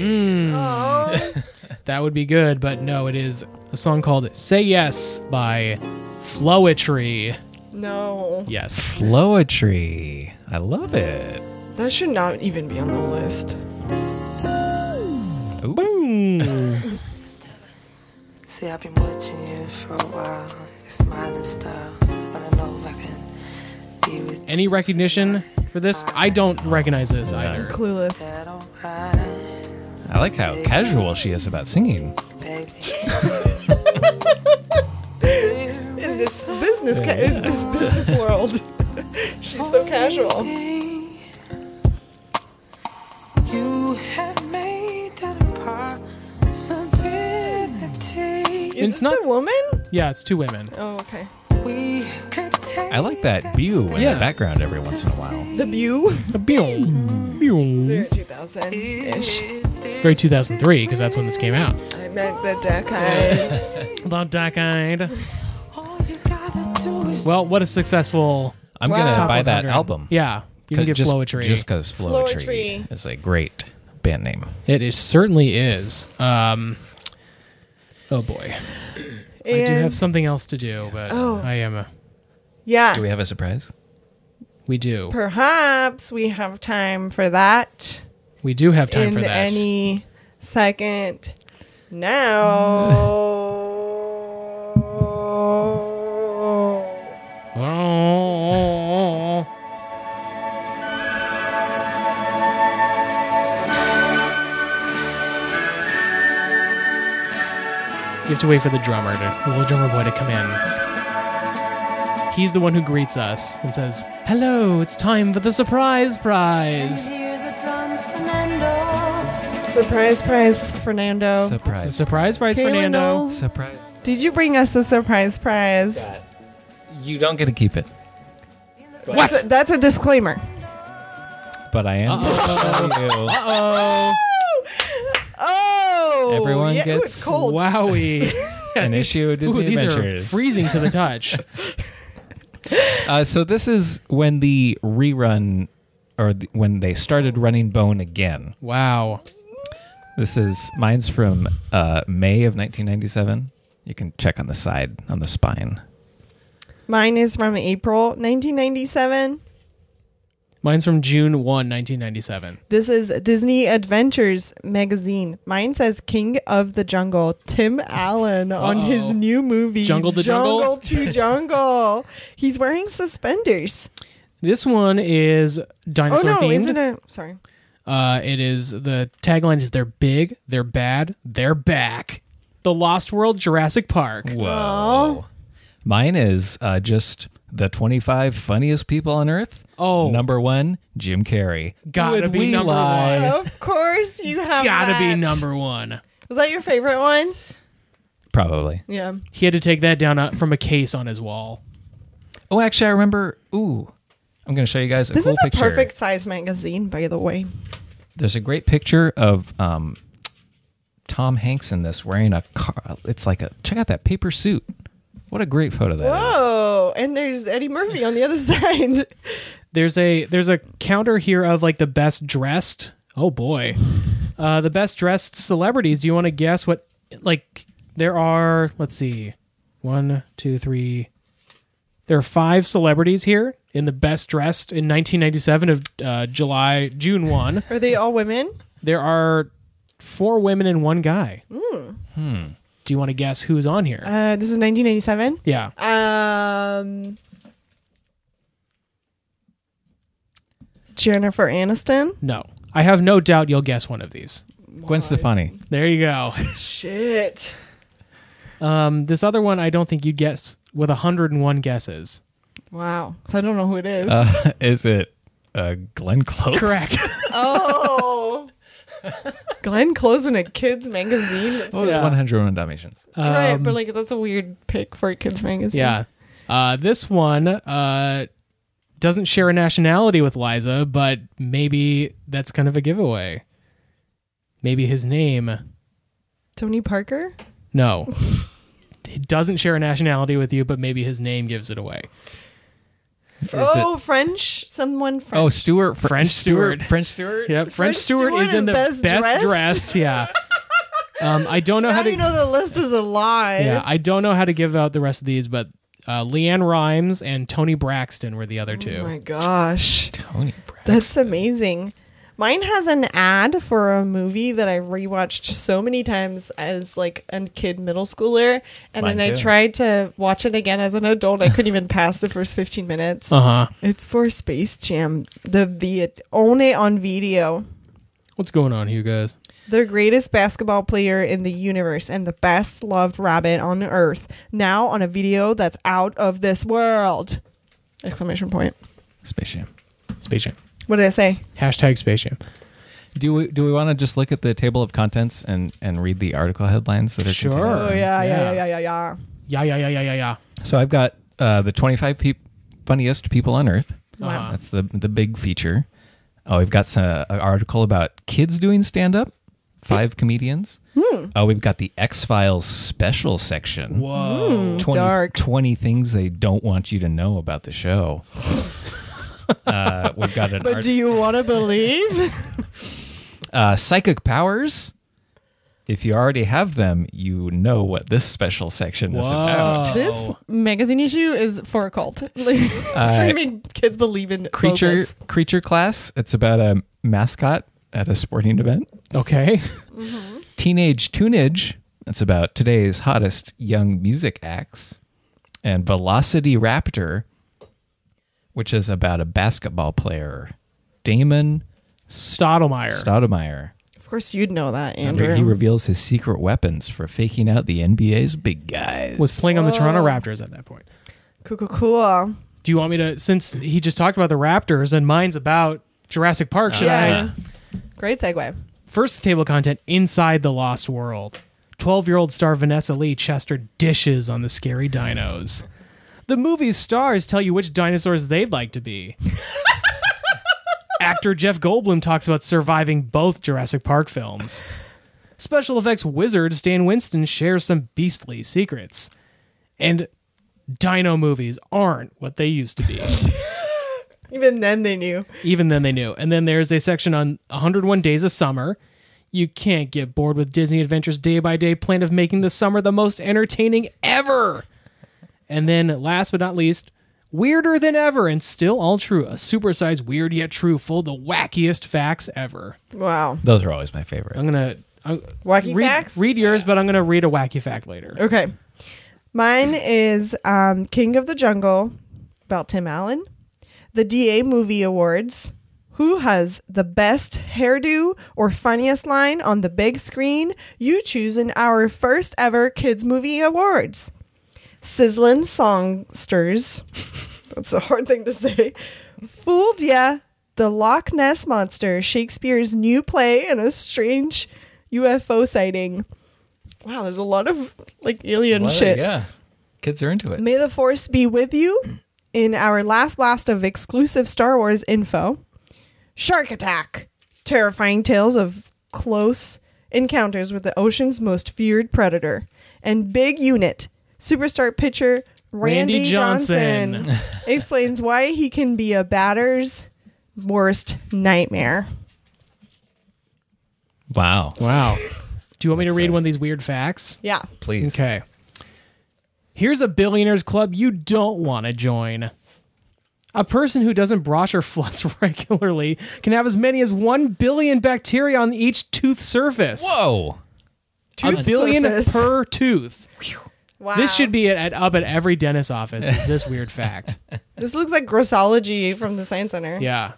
Speaker 3: That would be good, but no, it is a song called Say Yes by Flowetry.
Speaker 2: No.
Speaker 3: Yes.
Speaker 4: Poetry. I love it.
Speaker 2: That should not even be on the list.
Speaker 5: See, I've been watching you for a while. Your smiling style. Wanna know if I can be with
Speaker 3: Any
Speaker 5: you.
Speaker 3: recognition for this? I don't recognize this either.
Speaker 2: Clueless.
Speaker 5: I don't mind,
Speaker 4: I like how casual she is about singing.
Speaker 5: baby.
Speaker 2: In this business, ca-
Speaker 3: Oh.
Speaker 2: in this business world, she's so casual.
Speaker 5: You have made that a possibility.
Speaker 2: Is
Speaker 3: It's
Speaker 2: this
Speaker 3: not-
Speaker 2: a woman?
Speaker 3: Yeah, it's two women.
Speaker 2: Oh, okay.
Speaker 5: We could take
Speaker 4: I like that view in
Speaker 3: Yeah.
Speaker 4: the background every once in a while.
Speaker 2: The Bew.
Speaker 3: Beow. Beow.
Speaker 2: Very 2000 ish.
Speaker 3: Very 2003, because that's when this came out.
Speaker 2: I meant the decade.
Speaker 3: About decade.
Speaker 5: All you gotta
Speaker 3: Well, what a successful
Speaker 4: I'm
Speaker 2: Wow.
Speaker 4: gonna
Speaker 2: Top
Speaker 4: Uh, buy that
Speaker 3: 100.
Speaker 4: album.
Speaker 3: Yeah, you can
Speaker 4: 'Cause
Speaker 3: get
Speaker 4: just,
Speaker 3: Flowetry.
Speaker 4: Just because Flowetry,
Speaker 2: Flowetry.
Speaker 4: is a great band name.
Speaker 3: it is, certainly is. Um, oh boy, I do
Speaker 2: And-
Speaker 3: have something else to do, but
Speaker 2: Oh.
Speaker 3: I am. A,
Speaker 2: Yeah.
Speaker 4: Do we have a surprise?
Speaker 3: we do.
Speaker 2: Perhaps we have time for that
Speaker 3: we do have time
Speaker 2: in
Speaker 3: for that.
Speaker 2: any second. Now.
Speaker 3: Oh. You have to wait for the drummer, to, the little drummer boy, to come in. He's the one who greets us and says, "Hello, it's time for the surprise prize."
Speaker 6: Hear the drums, Fernando.
Speaker 2: Surprise, prize, Fernando.
Speaker 3: The
Speaker 4: Oh, Surprise!
Speaker 3: surprise prize,
Speaker 2: Kayla
Speaker 3: Fernando.
Speaker 2: Knowles,
Speaker 4: Surprise!
Speaker 2: did you bring us a surprise prize?
Speaker 4: You don't get to keep it,
Speaker 2: What? That's a, that's a disclaimer.
Speaker 4: but I am. Uh-oh.
Speaker 2: Oh!
Speaker 4: Everyone
Speaker 2: yeah, ooh,
Speaker 4: gets
Speaker 2: it's cold.
Speaker 3: Wowie!
Speaker 4: An issue of
Speaker 3: Ooh,
Speaker 4: Disney
Speaker 3: these are
Speaker 4: Adventures.
Speaker 3: freezing to the touch.
Speaker 4: Uh, so this is when the rerun, or the, when they started running Bone again.
Speaker 3: Wow.
Speaker 4: This is mine's from uh, May of 1997. You can check on the side on the spine.
Speaker 2: Mine is from April 1997.
Speaker 3: Mine's from June 1, 1997.
Speaker 2: This is Disney Adventures magazine. Mine says King of the Jungle, Tim Allen on
Speaker 3: Uh-oh.
Speaker 2: his new movie
Speaker 3: Jungle to Jungle?
Speaker 2: to Jungle. He's wearing suspenders.
Speaker 3: This one is
Speaker 2: Oh
Speaker 3: dinosaur
Speaker 2: no,
Speaker 3: themed.
Speaker 2: isn't it? Sorry.
Speaker 3: Uh, it is the tagline is they're big, they're bad, they're back. The Lost World Jurassic Park.
Speaker 4: Whoa. Mine is uh, just the 25 funniest people on earth.
Speaker 3: Oh.
Speaker 4: Number one, Jim Carrey.
Speaker 3: Gotta
Speaker 4: Would
Speaker 3: be
Speaker 4: we
Speaker 3: number
Speaker 4: lie?
Speaker 3: one.
Speaker 2: Of course you have.
Speaker 3: Gotta be
Speaker 2: Oh, that.
Speaker 3: number one.
Speaker 2: Was that your favorite one?
Speaker 4: Probably.
Speaker 2: Yeah.
Speaker 3: He had to take that down uh, from a case on his wall.
Speaker 4: Oh, actually, I remember. Ooh, I'm going to show you guys a
Speaker 2: This
Speaker 4: cool
Speaker 2: is a
Speaker 4: picture.
Speaker 2: perfect size magazine, by the way.
Speaker 4: There's a great picture of um, Tom Hanks in this wearing a car. It's like a check out that paper suit. What a great photo that is.
Speaker 2: Whoa! Oh, And there's Eddie Murphy on the other side.
Speaker 3: There's a there's a counter here of like the best dressed. Oh boy, uh, the best dressed celebrities. Do you want to guess what? Like there are. Let's see, one, two, three. There are five celebrities here in the best dressed in 1997 of uh, July June one.
Speaker 2: Are they all women?
Speaker 3: there are four women and one guy. Do you want to guess who's on here?
Speaker 2: Uh, this is 1997.
Speaker 3: yeah.
Speaker 2: Um, Jennifer Aniston.
Speaker 3: No. I have no doubt you'll guess one of these.
Speaker 4: Gwen Stefani.
Speaker 3: There you go.
Speaker 2: Shit.
Speaker 3: Um, this other one, I don't think you'd guess with 101 guesses.
Speaker 2: Wow. So I don't know who it is.
Speaker 4: Uh, is it uh, Glenn Close?
Speaker 3: Correct.
Speaker 2: oh. Glenn Close in a kids magazine. That's
Speaker 4: What was
Speaker 3: Yeah.
Speaker 4: 101 Dalmatians?
Speaker 2: right, but like that's a weird pick for a kids magazine.
Speaker 3: Um, Yeah. Uh, this one uh, doesn't share a nationality with Liza, but maybe that's kind of a giveaway. Maybe his name.
Speaker 2: Tony Parker.
Speaker 3: No. it doesn't share a nationality with you, but maybe his name gives it away.
Speaker 2: oh, French. Someone
Speaker 4: Oh,
Speaker 2: French.
Speaker 4: Stuart. Fr-
Speaker 3: French
Speaker 4: Stuart.
Speaker 3: Stewart.
Speaker 4: French Stewart.
Speaker 3: Yep, French, Stewart, is in the best, dressed. Yeah. Um, I don't know
Speaker 2: now
Speaker 3: how to.
Speaker 2: you know the list is a lie.
Speaker 3: yeah, I don't know how to give out the rest of these, but uh, Leanne Rhymes and Tony Braxton were the other two.
Speaker 2: Oh my gosh.
Speaker 4: Tony Braxton.
Speaker 2: That's amazing. Mine has an ad for a movie that I rewatched so many times as like a kid middle schooler, and
Speaker 4: Mine
Speaker 2: then I
Speaker 4: too.
Speaker 2: tried to watch it again as an adult. I couldn't even pass the first fifteen minutes.
Speaker 3: uh huh.
Speaker 2: It's for Space Jam, the Viet only on video.
Speaker 3: What's going on here, guys?
Speaker 2: The greatest basketball player in the universe and the best loved rabbit on earth. Now on a video that's out of this world! Exclamation point.
Speaker 4: Space Jam.
Speaker 3: Space Jam.
Speaker 2: What did I say?
Speaker 3: Hashtag Space Jam.
Speaker 4: Do we do we want to just look at the table of contents and and read the article headlines that are
Speaker 3: Sure.
Speaker 4: contained?
Speaker 2: Oh yeah, yeah,
Speaker 3: Yeah.
Speaker 2: yeah, yeah, yeah. yeah.
Speaker 3: Yeah, yeah, yeah, yeah, yeah, yeah.
Speaker 4: So I've got uh, the 25 peop funniest people on earth.
Speaker 3: Wow.
Speaker 4: That's the the big Uh, feature. Oh, we've got some, an article about kids doing stand up. Five comedians.
Speaker 2: Hmm.
Speaker 4: Uh, we've got the X Files special section.
Speaker 3: Whoa.
Speaker 4: 20,
Speaker 2: dark.
Speaker 4: 20 things they don't want you to know about the show. uh, we've got an
Speaker 2: But
Speaker 4: art-
Speaker 2: do you want to believe?
Speaker 4: uh, psychic powers. If you already have them, you know what this special section is
Speaker 3: Whoa.
Speaker 4: about.
Speaker 2: this magazine issue is for a cult. Like, it's trying to make kids believe in
Speaker 4: Uh, Creature
Speaker 2: locals.
Speaker 4: creature class. It's about a mascot at a sporting event.
Speaker 3: Okay.
Speaker 4: Teenage tunage. That's about today's hottest young music acts. And Velocity Raptor, which is about a basketball player, Damon
Speaker 3: Stottlemyre.
Speaker 4: Stoudemire.
Speaker 2: Of course, you'd know that, Andrew.
Speaker 4: Where he reveals his secret weapons for faking out the NBA's big guys.
Speaker 3: was playing on the Toronto Raptors at that point.
Speaker 2: cool, cool, cool.
Speaker 3: Do you want me to? Since he just talked about the Raptors and mine's about Jurassic Park, should
Speaker 2: Yeah.
Speaker 3: I?
Speaker 2: Great segue.
Speaker 3: First table content inside the Lost World. 12 year old star Vanessa Lee Chester dishes on the scary dinos. The movie's stars tell you which dinosaurs they'd like to be. Actor Jeff Goldblum talks about surviving both Jurassic Park films. Special effects wizard Stan Winston shares some beastly secrets. And dino movies aren't what they used to be.
Speaker 2: Even then, they knew.
Speaker 3: Even then, they knew. And then there's a section on 101 Days of Summer. You can't get bored with Disney Adventures' day by day plan of making the summer the most entertaining ever. And then, last but not least, weirder than ever and still all true. A supersized, weird yet true, full of the wackiest facts ever.
Speaker 2: Wow.
Speaker 4: Those are always my favorite.
Speaker 3: I'm gonna i
Speaker 2: Wacky
Speaker 3: read,
Speaker 2: facts?
Speaker 3: read yours, but I'm gonna read a wacky fact later.
Speaker 2: Okay. Mine is um, King of the Jungle about Tim Allen, the DA Movie Awards. Who has the best hairdo or funniest line on the big screen? You choose in our first ever Kids Movie Awards. Sizzlin' Songsters. That's a hard thing to say. Fooled Ya, The Loch Ness Monster, Shakespeare's new play, and a strange UFO sighting. Wow, there's a lot of like alien
Speaker 4: Well,
Speaker 2: shit.
Speaker 4: Yeah. Kids are into it.
Speaker 2: May the Force be with you in our last blast of exclusive Star Wars info. Shark Attack. Terrifying tales of close encounters with the ocean's most feared predator. And Big Unit. Superstar pitcher Randy,
Speaker 3: Randy
Speaker 2: Johnson,
Speaker 3: Johnson.
Speaker 2: explains why he can be a batter's worst nightmare.
Speaker 4: Wow.
Speaker 3: Wow. Do you want me to read one of these weird facts?
Speaker 2: Yeah.
Speaker 4: Please.
Speaker 3: Okay. Here's a billionaires club you don't want to join. A person who doesn't brush or floss regularly can have as many as 1 billion bacteria on each tooth surface.
Speaker 4: Whoa.
Speaker 3: a billion
Speaker 2: surface.
Speaker 3: per tooth.
Speaker 2: Wow.
Speaker 3: This should be at, at- up at every dentist office. Is this weird fact?
Speaker 2: This looks like grossology from the Science Center.
Speaker 3: Yeah.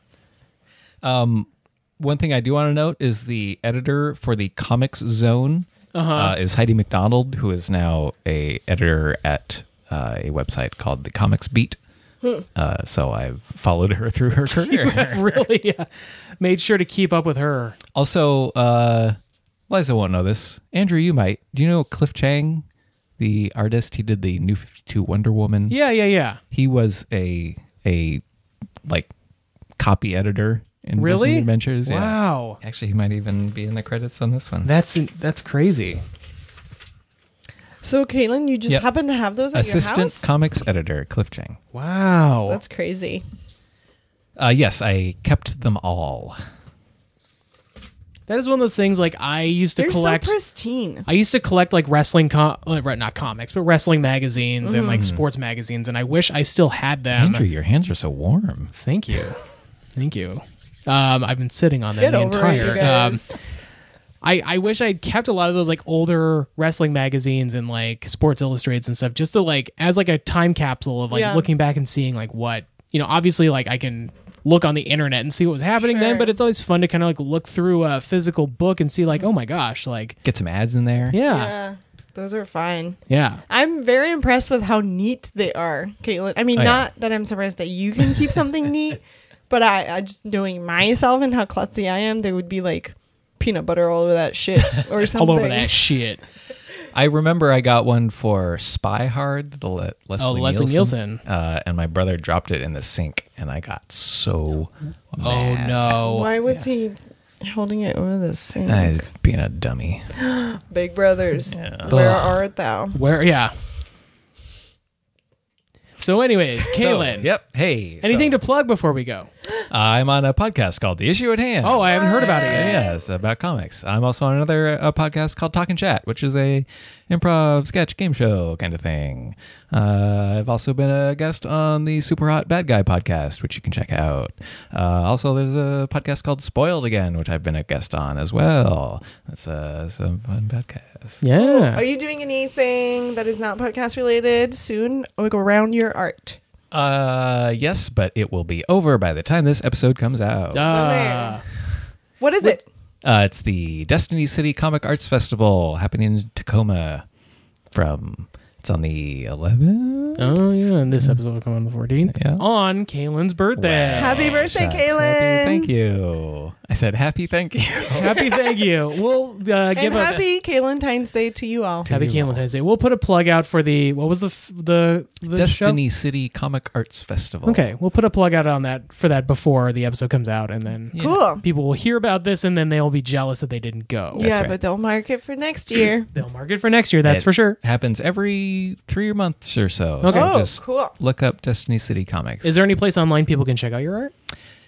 Speaker 4: One thing I do want to note is the editor for the Comics Zone
Speaker 3: Uh-huh.
Speaker 4: uh, is Heidi McDonald, who is now a editor at uh, a website called The Comics Beat. Uh, so I've followed her through her career.
Speaker 3: Really yeah. made sure to keep up with her.
Speaker 4: also, uh, Liza won't know this. Andrew, you might. Do you know Cliff Chang, the artist? He did the New Fifty Two Wonder Woman.
Speaker 3: Yeah, yeah, yeah.
Speaker 4: he was a a like copy editor in
Speaker 3: Really?
Speaker 4: Disney Adventures. yeah.
Speaker 3: Wow.
Speaker 4: Actually, he might even be in the credits on this one.
Speaker 3: That's that's crazy.
Speaker 2: So, Caitlin, you just
Speaker 4: Yep.
Speaker 2: happen to have those at your
Speaker 4: Assistant
Speaker 2: house?
Speaker 4: comics editor Cliff Chang.
Speaker 3: Wow.
Speaker 2: That's crazy.
Speaker 4: Uh, yes, I kept them all.
Speaker 3: that is one of those things like I used to
Speaker 2: They're
Speaker 3: collect
Speaker 2: so pristine.
Speaker 3: I used to collect like wrestling, com- uh, right, not comics, but wrestling magazines and like sports magazines, and I wish I still had them.
Speaker 4: Andrew, your hands are so warm.
Speaker 3: Thank you, thank you. Um, I've been sitting on them
Speaker 2: Get
Speaker 3: the
Speaker 2: over it, you
Speaker 3: entire. Um,
Speaker 2: guys.
Speaker 3: I I wish I'd kept a lot of those like older wrestling magazines and like Sports Illustrated and stuff, just to like as like a time capsule of like
Speaker 2: Yeah.
Speaker 3: looking back and seeing like what you know. Obviously, like I can look on the internet and see what was happening
Speaker 2: Sure.
Speaker 3: then, but it's always fun to kind of like look through a physical book and see like, oh my gosh, like
Speaker 4: Get some ads in there.
Speaker 3: yeah,
Speaker 2: yeah, those are fine.
Speaker 3: yeah.
Speaker 2: I'm very impressed with how neat they are, Caitlin. I mean,
Speaker 4: Oh, yeah.
Speaker 2: not that I'm surprised that you can keep something neat, but I, I just knowing myself and how klutzy I am, there would be like peanut butter all over that shit or something.
Speaker 3: All over that shit.
Speaker 4: I remember I got one for Spy Hard, the Le- Leslie,
Speaker 3: Oh, Leslie Nielsen.
Speaker 4: Uh, and my brother dropped it in the sink, and I got so
Speaker 3: Oh
Speaker 4: mad.
Speaker 3: no.
Speaker 2: Why was he holding it over the sink.
Speaker 4: I, being a dummy.
Speaker 2: Big Brothers, where
Speaker 3: Ugh.
Speaker 2: art thou?
Speaker 3: Where? Yeah. So, anyways, Kaylin,
Speaker 4: So, yep. Hey.
Speaker 3: anything
Speaker 4: so,
Speaker 3: to plug before we go?
Speaker 4: I'm on a podcast called The Issue at Hand.
Speaker 3: Oh, I haven't heard about it yet.
Speaker 4: Yeah, it's Uh, about comics. I'm also on another uh podcast called Talk and Chat, which is a improv sketch game show kind of thing. Uh, I've also been a guest on the Super Hot Bad Guy podcast, which you can check out. Uh, also, there's a podcast called Spoiled Again, which I've been a guest on as well. That's uh, some fun podcast.
Speaker 3: Yeah.
Speaker 2: Are you doing anything that is not podcast related soon? Like around your art?
Speaker 4: Uh, yes, but it will be over by the time this episode comes out.
Speaker 3: Uh,
Speaker 2: What is it?
Speaker 4: Uh, it's the Destiny City Comic Arts Festival happening in Tacoma. From it's on the 11th.
Speaker 3: oh, yeah. And this episode will come on the 14th.
Speaker 4: Yeah.
Speaker 3: On Kaylin's birthday.
Speaker 4: Wow.
Speaker 2: Happy birthday,
Speaker 4: Shucks.
Speaker 2: Kaylin!
Speaker 4: Happy Thank you. I said happy. Thank you.
Speaker 3: Happy thank you. We'll uh,
Speaker 2: And
Speaker 3: give a
Speaker 2: happy Valentine's Day to you all.
Speaker 3: Happy Valentine's Day. We'll put a plug out for the what was the f- the, the
Speaker 4: Destiny City Comic Arts
Speaker 3: Show?
Speaker 4: Festival.
Speaker 3: Okay, we'll put a plug out on that for that before the episode comes out, and then
Speaker 4: Yeah.
Speaker 2: Cool.
Speaker 3: people will hear about this, and then they'll be jealous that they didn't go.
Speaker 2: yeah,
Speaker 4: right.
Speaker 2: but they'll mark it for next year.
Speaker 3: They'll mark it for next year. That's
Speaker 4: It
Speaker 3: for sure.
Speaker 4: Happens every three months or so.
Speaker 3: Okay.
Speaker 4: So
Speaker 2: oh,
Speaker 4: just
Speaker 2: cool.
Speaker 4: look up Destiny City Comics.
Speaker 3: Is there any place online people can check out your art?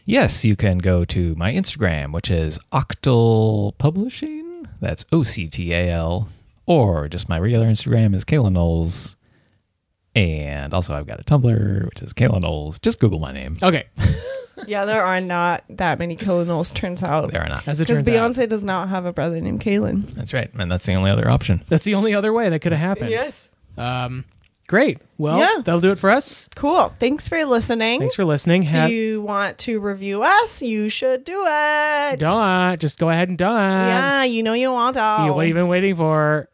Speaker 4: Yes, you can go to my Instagram, which is Octal Publishing. That's O C T A L. Or just my regular Instagram is Kayla Knowles. And also, I've got a Tumblr, which is Kayla Knowles. Just Google my name.
Speaker 3: Okay,
Speaker 2: Yeah, there are not that many Kalinals, turns out.
Speaker 4: There or not.
Speaker 3: as it
Speaker 2: Because
Speaker 3: turns out,
Speaker 2: Beyonce does not have a brother named Kalen.
Speaker 4: That's right. And that's the only other option.
Speaker 3: that's the only other way that could have happened.
Speaker 2: Yes.
Speaker 3: Um, great. Well,
Speaker 2: Yeah.
Speaker 3: that'll do it for us.
Speaker 2: Cool. Thanks for listening.
Speaker 3: Thanks for listening.
Speaker 2: if
Speaker 3: Have
Speaker 2: you want to review us, you should do it.
Speaker 3: done. Just go ahead and done.
Speaker 2: Yeah, you know you want to.
Speaker 3: Yeah, what have you been waiting for?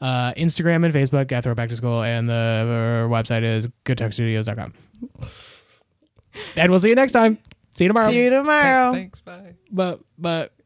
Speaker 3: Uh, Instagram and Facebook at Throwback to School, and the uh, website is goodtechstudios.com. and we'll see you next time. See you tomorrow.
Speaker 2: See you tomorrow.
Speaker 4: Thanks. Bye.
Speaker 3: But, but.